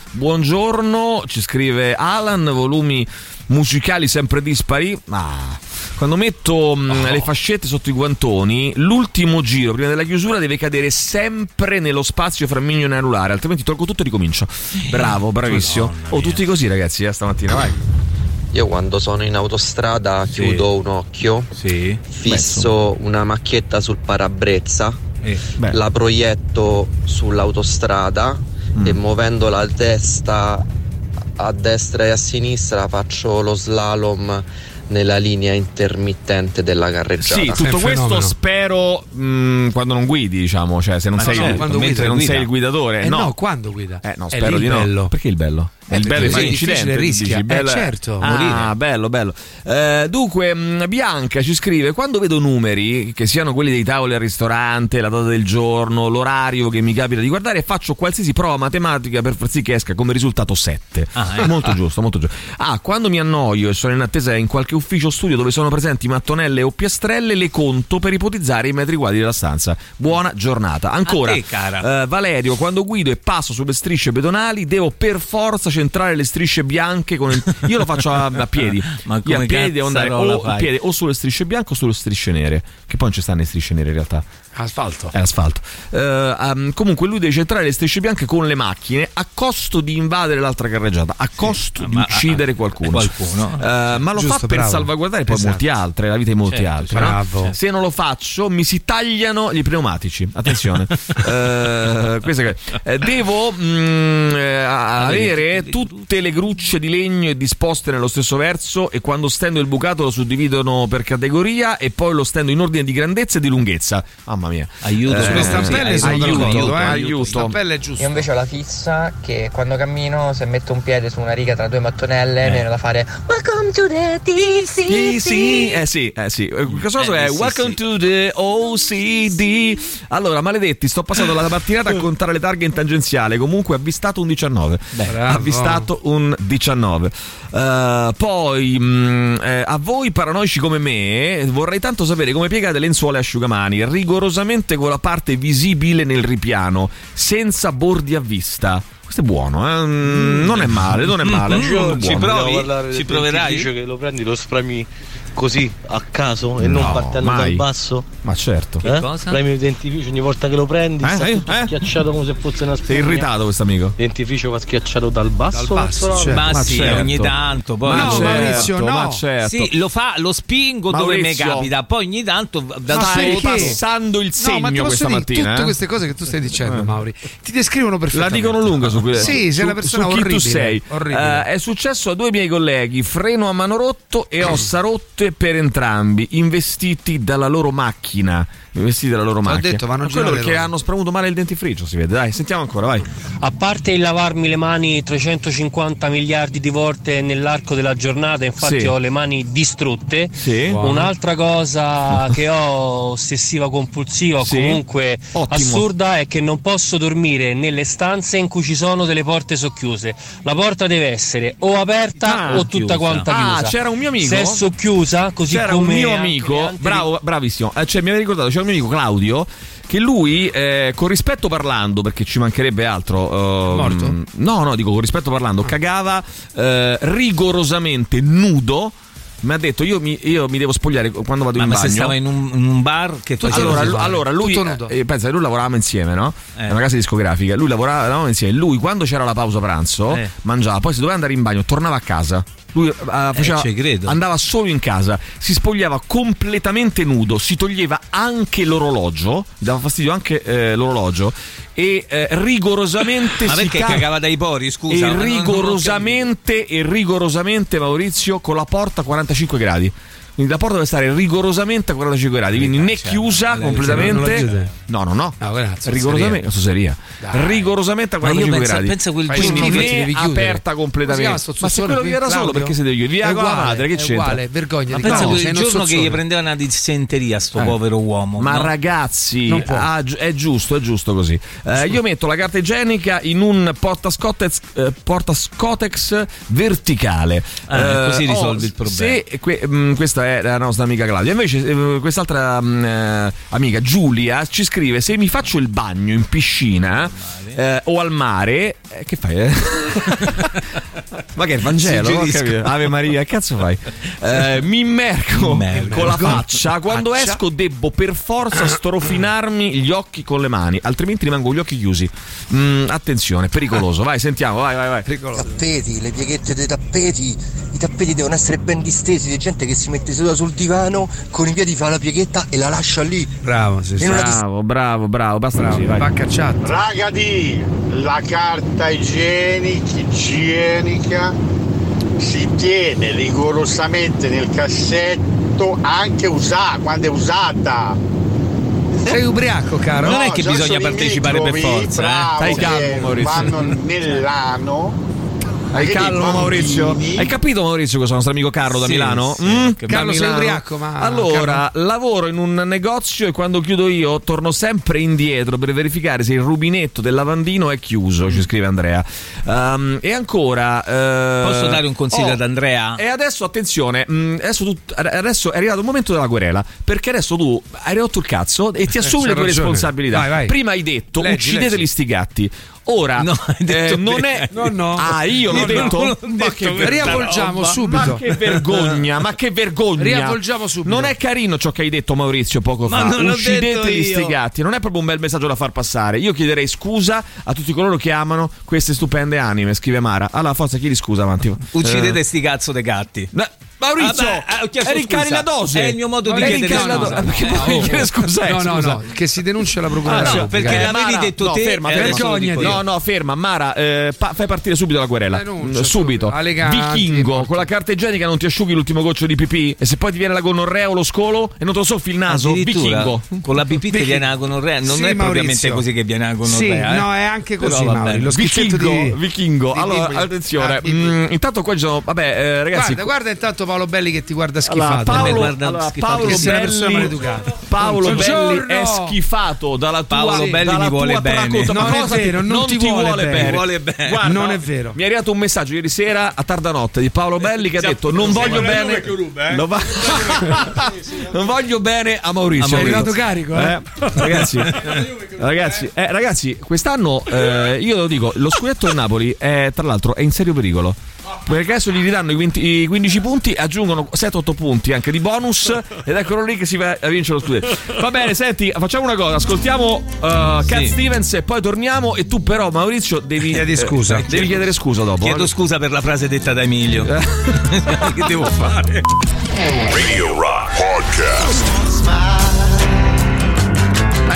S1: Buongiorno, ci scrive Alan, volumi musicali sempre dispari. Ma quando metto mh, le fascette sotto i guantoni, l'ultimo giro prima della chiusura deve cadere sempre nello spazio frammigno e anulare, altrimenti tolgo tutto e ricomincio. Bravo, bravissimo. Oh, tutti così ragazzi, eh, stamattina, vai.
S6: Io quando sono in autostrada chiudo un occhio, fisso una macchietta sul parabrezza,
S1: eh.
S6: la proietto sull'autostrada
S1: Mm.
S6: e muovendo la testa a destra e a sinistra faccio lo slalom nella linea intermittente della carreggiata.
S1: Sì, tutto questo spero mh, quando non guidi, diciamo, cioè se non,
S6: Ma
S1: sei,
S6: no,
S1: mentre
S4: quando guida,
S1: non
S4: guida.
S1: sei il guidatore.
S4: Eh
S1: no.
S4: no, quando guida.
S1: Eh, no,
S4: È
S1: spero
S4: lì il
S1: di no.
S4: bello.
S1: Perché il bello?
S4: Eh,
S1: È il bello
S4: perché
S1: è
S4: è difficile,
S1: l'incidente,
S4: rischia.
S1: dici,
S4: Eh,
S1: bello è-
S4: certo,
S1: Ah,
S4: morire.
S1: bello, bello. Eh, dunque, mh, Bianca ci scrive: quando vedo numeri, che siano quelli dei tavoli al ristorante, la data del giorno, l'orario che mi capita di guardare, faccio qualsiasi prova matematica per far sì che esca come risultato 7.
S2: Ah, eh.
S1: Molto giusto, molto giusto. Ah, quando mi annoio e sono in attesa in qualche ufficio o studio dove sono presenti mattonelle o piastrelle, le conto per ipotizzare i metri quadri della stanza. Buona giornata. Ancora,
S2: A te, cara.
S1: eh, Valerio, quando guido e passo sulle strisce pedonali, devo per forza cen- entrare le strisce bianche con il- io lo faccio a, a piedi
S2: Ma
S1: Io a
S2: come
S1: piedi devo andare
S2: cazzarola
S1: o a
S2: fai?
S1: piedi o sulle strisce bianche o sulle strisce nere che poi non ci stanno le strisce nere in realtà
S4: Asfalto.
S1: è asfalto. Eh, ehm, comunque lui deve centrare le strisce bianche con le macchine a costo di invadere l'altra carreggiata, a costo di uccidere qualcuno.
S2: qualcuno.
S1: Eh, ma lo
S2: Giusto,
S1: fa per
S2: bravo.
S1: salvaguardare poi
S2: Esatto.
S1: molti altri, la vita di molti
S2: Certo,
S1: altri.
S2: certo.
S1: no?
S2: Bravo.
S1: Se non lo faccio mi si tagliano gli pneumatici. Attenzione. Eh, questo è- eh, devo mm, eh, avere tutte le grucce di legno disposte nello stesso verso e quando stendo il bucato lo suddividono per categoria e poi lo stendo in ordine di grandezza e di lunghezza. Mamma mia.
S2: Aiuto,
S1: Eh,
S4: sulle stampelle
S1: sì,
S4: sono
S1: aiuto,
S4: d'accordo,
S1: aiuto,
S4: eh.
S1: aiuto.
S4: Stampelle è giusto.
S7: Io invece ho la fissa che quando cammino, se metto un piede su una riga tra due
S27: Eh.
S7: mattonelle, mi viene da fare Welcome to the TC.
S1: Sì, sì, eh sì, eh sì. Eh, Questo caso è
S7: sì,
S1: Welcome to the OCD. Allora, maledetti, sto passando la mattinata a contare le targhe in tangenziale. Comunque, avvistato un 19.
S4: Bravo.
S1: avvistato un 19. Eh, poi, mh, eh, a voi paranoici come me, vorrei tanto sapere come piegate lenzuola e asciugamani, rigorosamente con la parte visibile nel ripiano, senza bordi a vista. Questo è buono, eh? Mm, non è male, non è
S18: Mm.
S1: male.
S15: Io Mm-hmm. ci
S1: Buono.
S15: provi? Ci proverai? Dice che lo prendi, lo spremi così a caso e non
S1: No,
S15: partendo
S1: mai.
S15: dal basso.
S1: Ma certo.
S15: Eh? Premi il dentifricio ogni volta che lo prendi,
S1: Eh,
S15: sta
S1: eh,
S15: tutto schiacciato come se fosse una
S1: Sei
S15: spugna.
S1: irritato questo amico.
S15: Il dentifricio va schiacciato dal basso. verso l'alto.
S1: certo,
S2: ma, sì, ogni tanto. Poi
S15: Ma no, Maurizio, no.
S1: ma certo.
S2: Sì, lo fa, lo spingo dove mi
S1: Maurizio.
S2: capita. Poi ogni tanto da
S4: stai
S2: sotto-
S1: passando il
S4: No, ma ti
S1: segno
S4: posso
S1: questa
S4: dire,
S1: mattina,
S4: tutte
S1: eh?
S4: queste cose che tu stai dicendo, Mauri, ti descrivono
S1: La
S4: perfettamente.
S1: dicono lunga su, quelle-
S4: Sì,
S1: su-
S4: sei una persona
S1: su chi
S4: orribile.
S1: tu sei.
S4: orribile.
S1: Eh, è successo a due miei colleghi, freno a mano rotto e ossa rotte per entrambi, investiti dalla loro macchina. Investiti dalla loro macchina.
S4: detto, vanno
S1: Ma quello
S4: girate
S1: perché
S4: loro.
S1: hanno spremuto male il dentifricio, si vede. Dai, sentiamo ancora, vai.
S9: A parte il lavarmi le mani 350 miliardi di volte nell'arco della giornata, infatti
S1: Sì.
S9: ho le mani distrutte.
S1: Sì. Buono.
S9: Un'altra cosa che ho ossessiva compulsiva o
S1: Sì.
S9: comunque
S1: Ottimo.
S9: assurda è che non posso dormire nelle stanze in cui ci sono delle porte socchiuse. La porta deve essere o aperta
S1: Ah,
S9: o tutta
S1: chiusa.
S9: quanta
S1: Ah,
S9: chiusa.
S1: c'era un mio amico?
S9: Se è socchiusa, così
S1: c'era
S9: come
S1: un mio
S9: anche le
S1: amico,
S9: altre-
S1: bravo, bravissimo. Eh, cioè, mi aveva ricordato, c'era un mio amico Claudio. Che lui, eh, con rispetto parlando, perché ci mancherebbe altro. ehm,
S4: Morto?
S1: No, no, dico con rispetto parlando, cagava eh, rigorosamente nudo. Mi ha detto, io mi, io mi devo spogliare quando vado
S2: Ma,
S1: in
S2: ma
S1: bagno.
S2: se stava in un, in un bar che
S1: Tutto
S2: faceva-
S1: allora, lu- allora lui,
S2: Tutto nudo.
S1: eh, pensa che lui lavoravamo insieme, no?
S2: Eh.
S1: È una casa discografica. Lui lavorava eravamo insieme. Lui, quando c'era la pausa pranzo,
S2: Eh.
S1: mangiava, poi se doveva andare in bagno, tornava a casa. Lui eh, faceva-
S2: ci credo.
S1: andava solo in casa, si spogliava completamente nudo, si toglieva anche l'orologio, gli dava fastidio anche eh, l'orologio, e eh, rigorosamente
S2: Ma
S1: si
S2: perché
S1: ca-
S2: cagava dai pori? Scusa,
S1: e
S2: ma non- non ho
S1: rigorosamente, e rigorosamente Maurizio con la porta a 45 gradi. Quindi la porta deve stare rigorosamente a 45 gradi,
S2: eh,
S1: quindi né
S2: certo.
S1: chiusa
S4: Cioè, lei dice, non la chiude? Ah,
S1: completamente. No, no, no. rigorosamente, seria. rigorosamente a
S2: Ma io
S1: 45
S2: penso-
S1: gradi.
S2: penso quel
S1: quindi
S2: turno che
S1: né
S2: devi chiudere.
S1: aperta
S4: Come
S1: completamente.
S4: si chiama sto
S1: Ma se
S4: zuzzone
S1: quello
S4: qui,
S1: che era solo
S4: Claudio?
S1: perché siete io,
S4: È
S1: via con la
S4: uguale,
S1: madre, che
S4: è
S1: c'entra?
S4: uguale, vergogna
S2: Ma
S4: di
S2: pensa
S4: no,
S2: quel
S4: sei uno
S2: giorno che
S4: zozzone.
S2: gli prendeva una dissenteria sto povero uomo.
S1: Eh. Ma
S2: no?
S1: ragazzi,
S2: Non può.
S1: ah, gi- è giusto, è giusto così. Eh, io metto la carta igienica in un portascotex, eh, portascotex verticale.
S2: Ah, così risolvi
S1: oh,
S2: il problema.
S1: Se, que- mh, questa è la nostra amica Claudia. Invece, eh, quest'altra mh, eh, amica Giulia ci scrive: Se mi faccio il bagno in piscina eh, o al mare, eh, che fai? eh? Ma che è il Vangelo? Non ho
S2: Suggerisco.
S1: capito. Ave Maria, che cazzo fai? Eh, mi immergo
S2: Immergo.
S1: con la faccia. Quando
S2: Faccia.
S1: esco debbo per forza strofinarmi gli occhi con le mani, altrimenti rimango con gli occhi chiusi. Mm, attenzione, pericoloso. Vai, sentiamo, vai, vai, vai.
S12: tappeti, le pieghette dei tappeti, i tappeti devono essere ben distesi, c'è gente che si mette seduta sul divano, con i piedi fa la pieghetta e la lascia lì.
S4: Bravo, sì, sì.
S12: In una dis-
S1: Bravo, bravo, bravo, basta
S4: Bravo,
S1: così, vai.
S4: pacca chat.
S16: Ragazzi, la carta igienica, igienica si tiene rigorosamente nel cassetto anche usata, quando è usata.
S4: Sei ubriaco, caro.
S2: Non è che
S16: già
S2: bisogna
S16: sono i
S2: partecipare per
S16: microbi,
S2: forza, eh.
S16: bravo,
S2: Stai
S16: che
S2: calmo, Maurizio.
S16: Vanno nell'ano.
S1: Hai
S16: Ragazzi,
S1: calmo
S16: bambini-
S1: Maurizio? Hai capito Maurizio cosa è il nostro amico Carlo da
S16: Sì,
S1: Milano?
S16: sì,
S1: Mm?
S16: ok. Carlo,
S1: Da
S16: sei
S1: Milano?
S16: ubriaco, ma-
S1: Allora, lavoro in un negozio e quando chiudo io torno sempre indietro per verificare se il rubinetto del lavandino è chiuso, ci scrive Andrea. Ehm, e ancora... eh,
S2: Posso dare un consiglio
S1: oh,
S2: ad Andrea?
S1: E adesso attenzione, mh, adesso, tu- adesso è arrivato il momento della querela, perché adesso tu hai rotto il cazzo e ti assumi
S4: c'ha
S1: le tue
S4: ragione.
S1: responsabilità.
S4: Vai, vai.
S1: Prima hai detto
S4: Leggi,
S1: uccideteli
S4: leggi.
S1: sti gatti. Ora, eh, non è.
S3: No, no.
S1: Ah, io l'ho
S3: No, no,
S1: detto.
S3: non l'ho
S1: Ma
S3: detto
S1: che
S3: questa
S1: riavvolgiamo
S3: roba.
S1: subito.
S3: Ma che
S1: vergogna, ma che vergogna.
S3: Riavvolgiamo subito.
S1: Non è carino ciò che hai detto, Maurizio, poco
S28: Ma
S1: fa.
S28: non l'ho
S1: Uccidete
S28: detto
S1: gli
S28: io.
S1: sti gatti. Non è proprio un bel messaggio da far passare. Io chiederei scusa a tutti coloro che amano queste stupende anime, scrive Mara. Allora, forza, chiedi scusa avanti. Eh.
S28: Uccidete
S1: sti cazzo dei gatti. Maurizio,
S28: Vabbè, eh, ho chiesto
S1: rincari
S28: scusa.
S1: la dose.
S28: È il mio modo di
S1: Rincari
S28: chiedere
S1: la
S28: scusa.
S1: dose. Ma che
S28: Eh,
S1: vuoi
S28: oh.
S1: chiedere scusa? Eh,
S3: No, no,
S1: scusa.
S3: no, che si denuncia la procura.
S1: Ah, no,
S3: pubblica, eh.
S1: Mara, no, ferma, ferma,
S3: vergognati.
S1: No, no, ferma, Mara, eh, pa- fai partire subito la querela.
S3: Denuncia,
S1: Mm, subito.
S3: Aleganti,
S1: Vichingo, con la carta igienica non ti asciughi l'ultimo goccio di pipì e se poi ti viene la gonorrea o lo scolo e non te lo soffi il naso,
S2: Addirittura,
S1: vichingo.
S2: Con la BP ti
S1: Vichingo.
S2: viene la gonorrea, non
S1: Sì,
S2: è propriamente
S1: Maurizio.
S2: così che viene la
S1: Sì,
S2: gonorrea. eh.
S3: no, è anche
S2: Però
S3: così,
S2: vabbè.
S3: Mauri, lo schizzetto di-
S1: Vichingo, vichingo.
S3: di
S1: Allora,
S3: Bigwin.
S1: attenzione.
S3: Ah, Bigwin.
S1: mm, intanto qua ci sono. Vabbè, eh, ragazzi.
S3: guarda, guarda intanto Paolo Belli che ti guarda schifato.
S1: Allora, Paolo,
S3: Guarda
S1: allora,
S3: schifato,
S1: Paolo
S3: che sei una persona
S1: Belli-
S3: maleducata.
S1: Paolo
S3: Buongiorno.
S1: Belli è schifato dalla tua
S3: Paolo Belli
S1: dalla
S3: mi vuole
S1: tua
S3: bene.
S1: tracotta-
S3: Non
S1: Ma
S3: è
S1: cosa ti-
S3: vero, non ti vuole bene.
S1: bene.
S3: Vuole bene. Non è vero. Eh,
S1: Mi è arrivato un messaggio ieri sera a tarda notte di Paolo Belli che ha detto non voglio
S3: guarda
S1: bene
S3: eh."
S1: non va- non voglio bene a Maurizio.
S3: È arrivato carico, eh.
S1: Ragazzi, ragazzi, eh, ragazzi, quest'anno eh, io lo dico, lo scudetto del Napoli è tra l'altro è in serio pericolo. Perché adesso gli ridanno i, 20 i 15 punti, aggiungono 7-8 punti anche di bonus ed eccolo lì che si va a vincere lo scudetto. Va bene, senti, facciamo una cosa, ascoltiamo eh, Cat Stevens e poi torniamo e tu però Maurizio devi
S2: Chiedi scusa.
S1: eh, devi chiedere scusa dopo.
S2: Chiedo
S1: eh.
S2: scusa per la frase detta da Emilio. che devo fare?
S8: Radio Rock Podcast.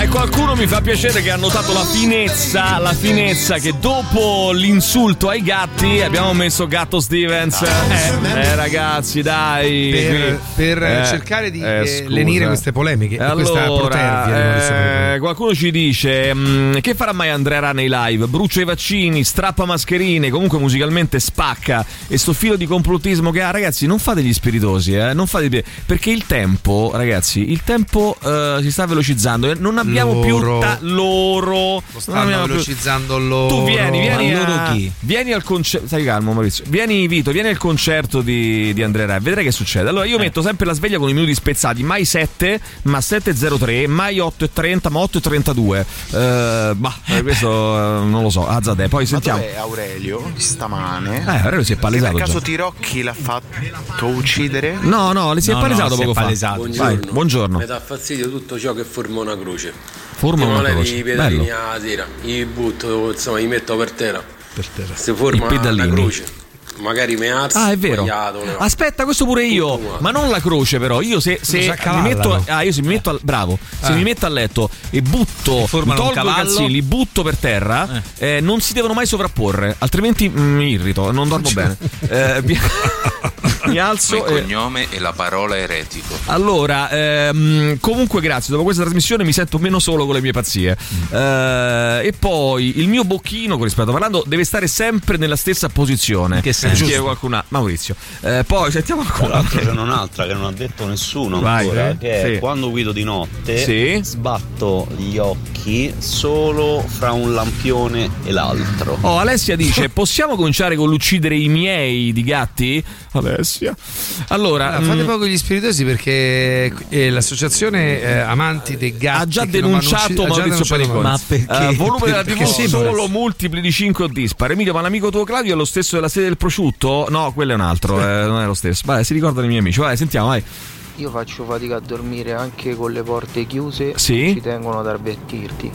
S1: Eh, qualcuno mi fa piacere che ha notato la finezza, la finezza che dopo l'insulto ai gatti abbiamo messo Gatto Stevens. Eh, eh, ragazzi, dai.
S3: Ah, Per, per
S1: Eh,
S3: cercare di
S1: eh,
S3: eh,
S1: scusa.
S3: lenire queste polemiche, e questa
S1: Allora,
S3: protervia.
S1: eh,
S3: devo dire.
S1: qualcuno ci dice: mh, Che farà mai Andrea nei live? Brucia i vaccini, strappa mascherine, comunque musicalmente spacca. E sto filo di complottismo che ha, ragazzi, non fate gli spiritosi, eh, non fate gli- perché il tempo, ragazzi, il tempo eh, si sta velocizzando. e Non abbiamo
S3: Loro.
S1: più ta- loro.
S3: Stanno
S1: abbiamo più-
S3: velocizzando loro.
S1: tu vieni, vieni,
S3: Ma
S1: a-
S3: loro chi?
S1: vieni al concerto. Stai calmo, Maurizio. Vieni, Vito, vieni al concerto di, di Andrea Rai. Vedrai che succede. Allora, io metto sempre la sveglia con i minuti spezzati: mai 7, ma 7.03, mai 8.30, ma 8.32. Eh, bah, eh, questo eh, non lo so. Azzadè, poi sentiamo.
S27: dov'è Aurelio stamane?
S1: Eh, Aurelio si è
S27: Per
S1: palesato. già.
S27: caso Tirocchi l'ha fatto uccidere?
S1: No, no, le si è
S27: No, no,
S1: palesato
S27: si è
S1: poco fa.
S27: palesato.
S1: Vai,
S18: Buongiorno.
S1: buongiorno.
S18: Mi dà fastidio tutto ciò che forma una croce.
S1: Forma
S18: Io
S1: una
S18: non
S1: croce.
S18: I pedalini
S1: Bello.
S18: alla sera, i butto, insomma, li metto per terra. Per terra. Se
S1: I
S18: forma
S1: pedalini.
S18: una croce, magari mi alzo.
S1: Ah, è vero.
S18: sbagliato, no.
S1: Aspetta, questo pure io. Ma non la croce, però. Io se, se
S18: Lo si
S1: mi
S18: accavallano.
S1: metto. Ah, io se mi metto al. Bravo. Se
S18: Ah.
S1: mi metto a letto e butto.
S2: formano
S1: tolgo
S2: un cavallo.
S1: i calzini, li butto per terra. eh, non si devono mai sovrapporre, altrimenti mm, mi irrito, non dormo bene. Eh, mi, mi alzo.
S19: Il
S1: e-
S19: cognome e la parola eretico.
S1: allora, ehm, comunque grazie, dopo questa trasmissione mi sento meno solo con le mie pazzie. Eh, e poi il mio bocchino, con rispetto parlando, deve stare sempre nella stessa posizione. Che
S18: senso?
S1: qualcun altro. Maurizio. Eh, poi sentiamo
S7: Tra
S1: ancora.
S7: l'altro c'è un'altra che non ha detto nessuno
S1: Vai,
S7: ancora,
S1: eh,
S7: che è
S1: sì.
S7: quando guido di notte
S1: Sì.
S7: sbatto gli occhi solo fra un lampione e l'altro.
S1: Oh, Alessia dice: Possiamo cominciare con l'uccidere i miei di gatti? Alessia. Allora,
S3: Allora, fate
S1: mm,
S3: poco gli spiritosi perché eh, l'associazione eh, Amanti dei Gatti
S1: ha eh, già
S3: che non vanno
S1: denunciato
S3: uccisi- ha già denunciato
S1: Maurizio Paniconi.
S3: Maurizio.
S1: Eh, volume della TV
S3: Perché sembra-
S1: solo multipli di 5 o dispari. Emilio, ma l'amico tuo Claudio è lo stesso della sede del prosciutto? No, quello è un altro, eh, non è lo stesso. Vabbè, si ricordano i miei amici. Vai, sentiamo, vai.
S29: Io faccio fatica a dormire anche con le porte chiuse.
S1: Sì.
S29: Ci tengono ad avvertirti.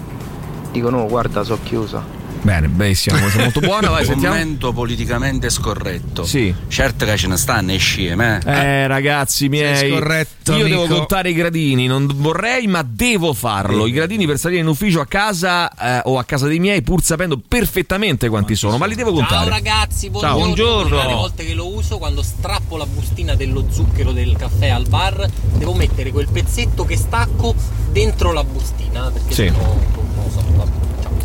S29: Dicono, "Oh, guarda, so chiusa.
S1: Bene, benissimo, siamo molto buona, vai, sentiamo.
S2: Commento politicamente scorretto.
S1: Sì.
S2: Certo che ce ne stanno e sceme, eh.
S18: Ah,
S1: Eh ragazzi miei,
S2: scorretto,
S1: io
S2: amico.
S1: devo contare i gradini, non vorrei ma devo farlo. I gradini per salire in ufficio a casa eh, o a casa dei miei pur sapendo perfettamente quanti sono, ma li devo contare.
S9: Ciao ragazzi, buongiorno.
S1: Buongiorno.
S9: Una delle volte che lo uso, quando strappo la bustina dello zucchero del caffè al bar, devo mettere quel pezzetto che stacco dentro la bustina. Perché
S1: Sì.
S9: sennò non lo so. vabbè.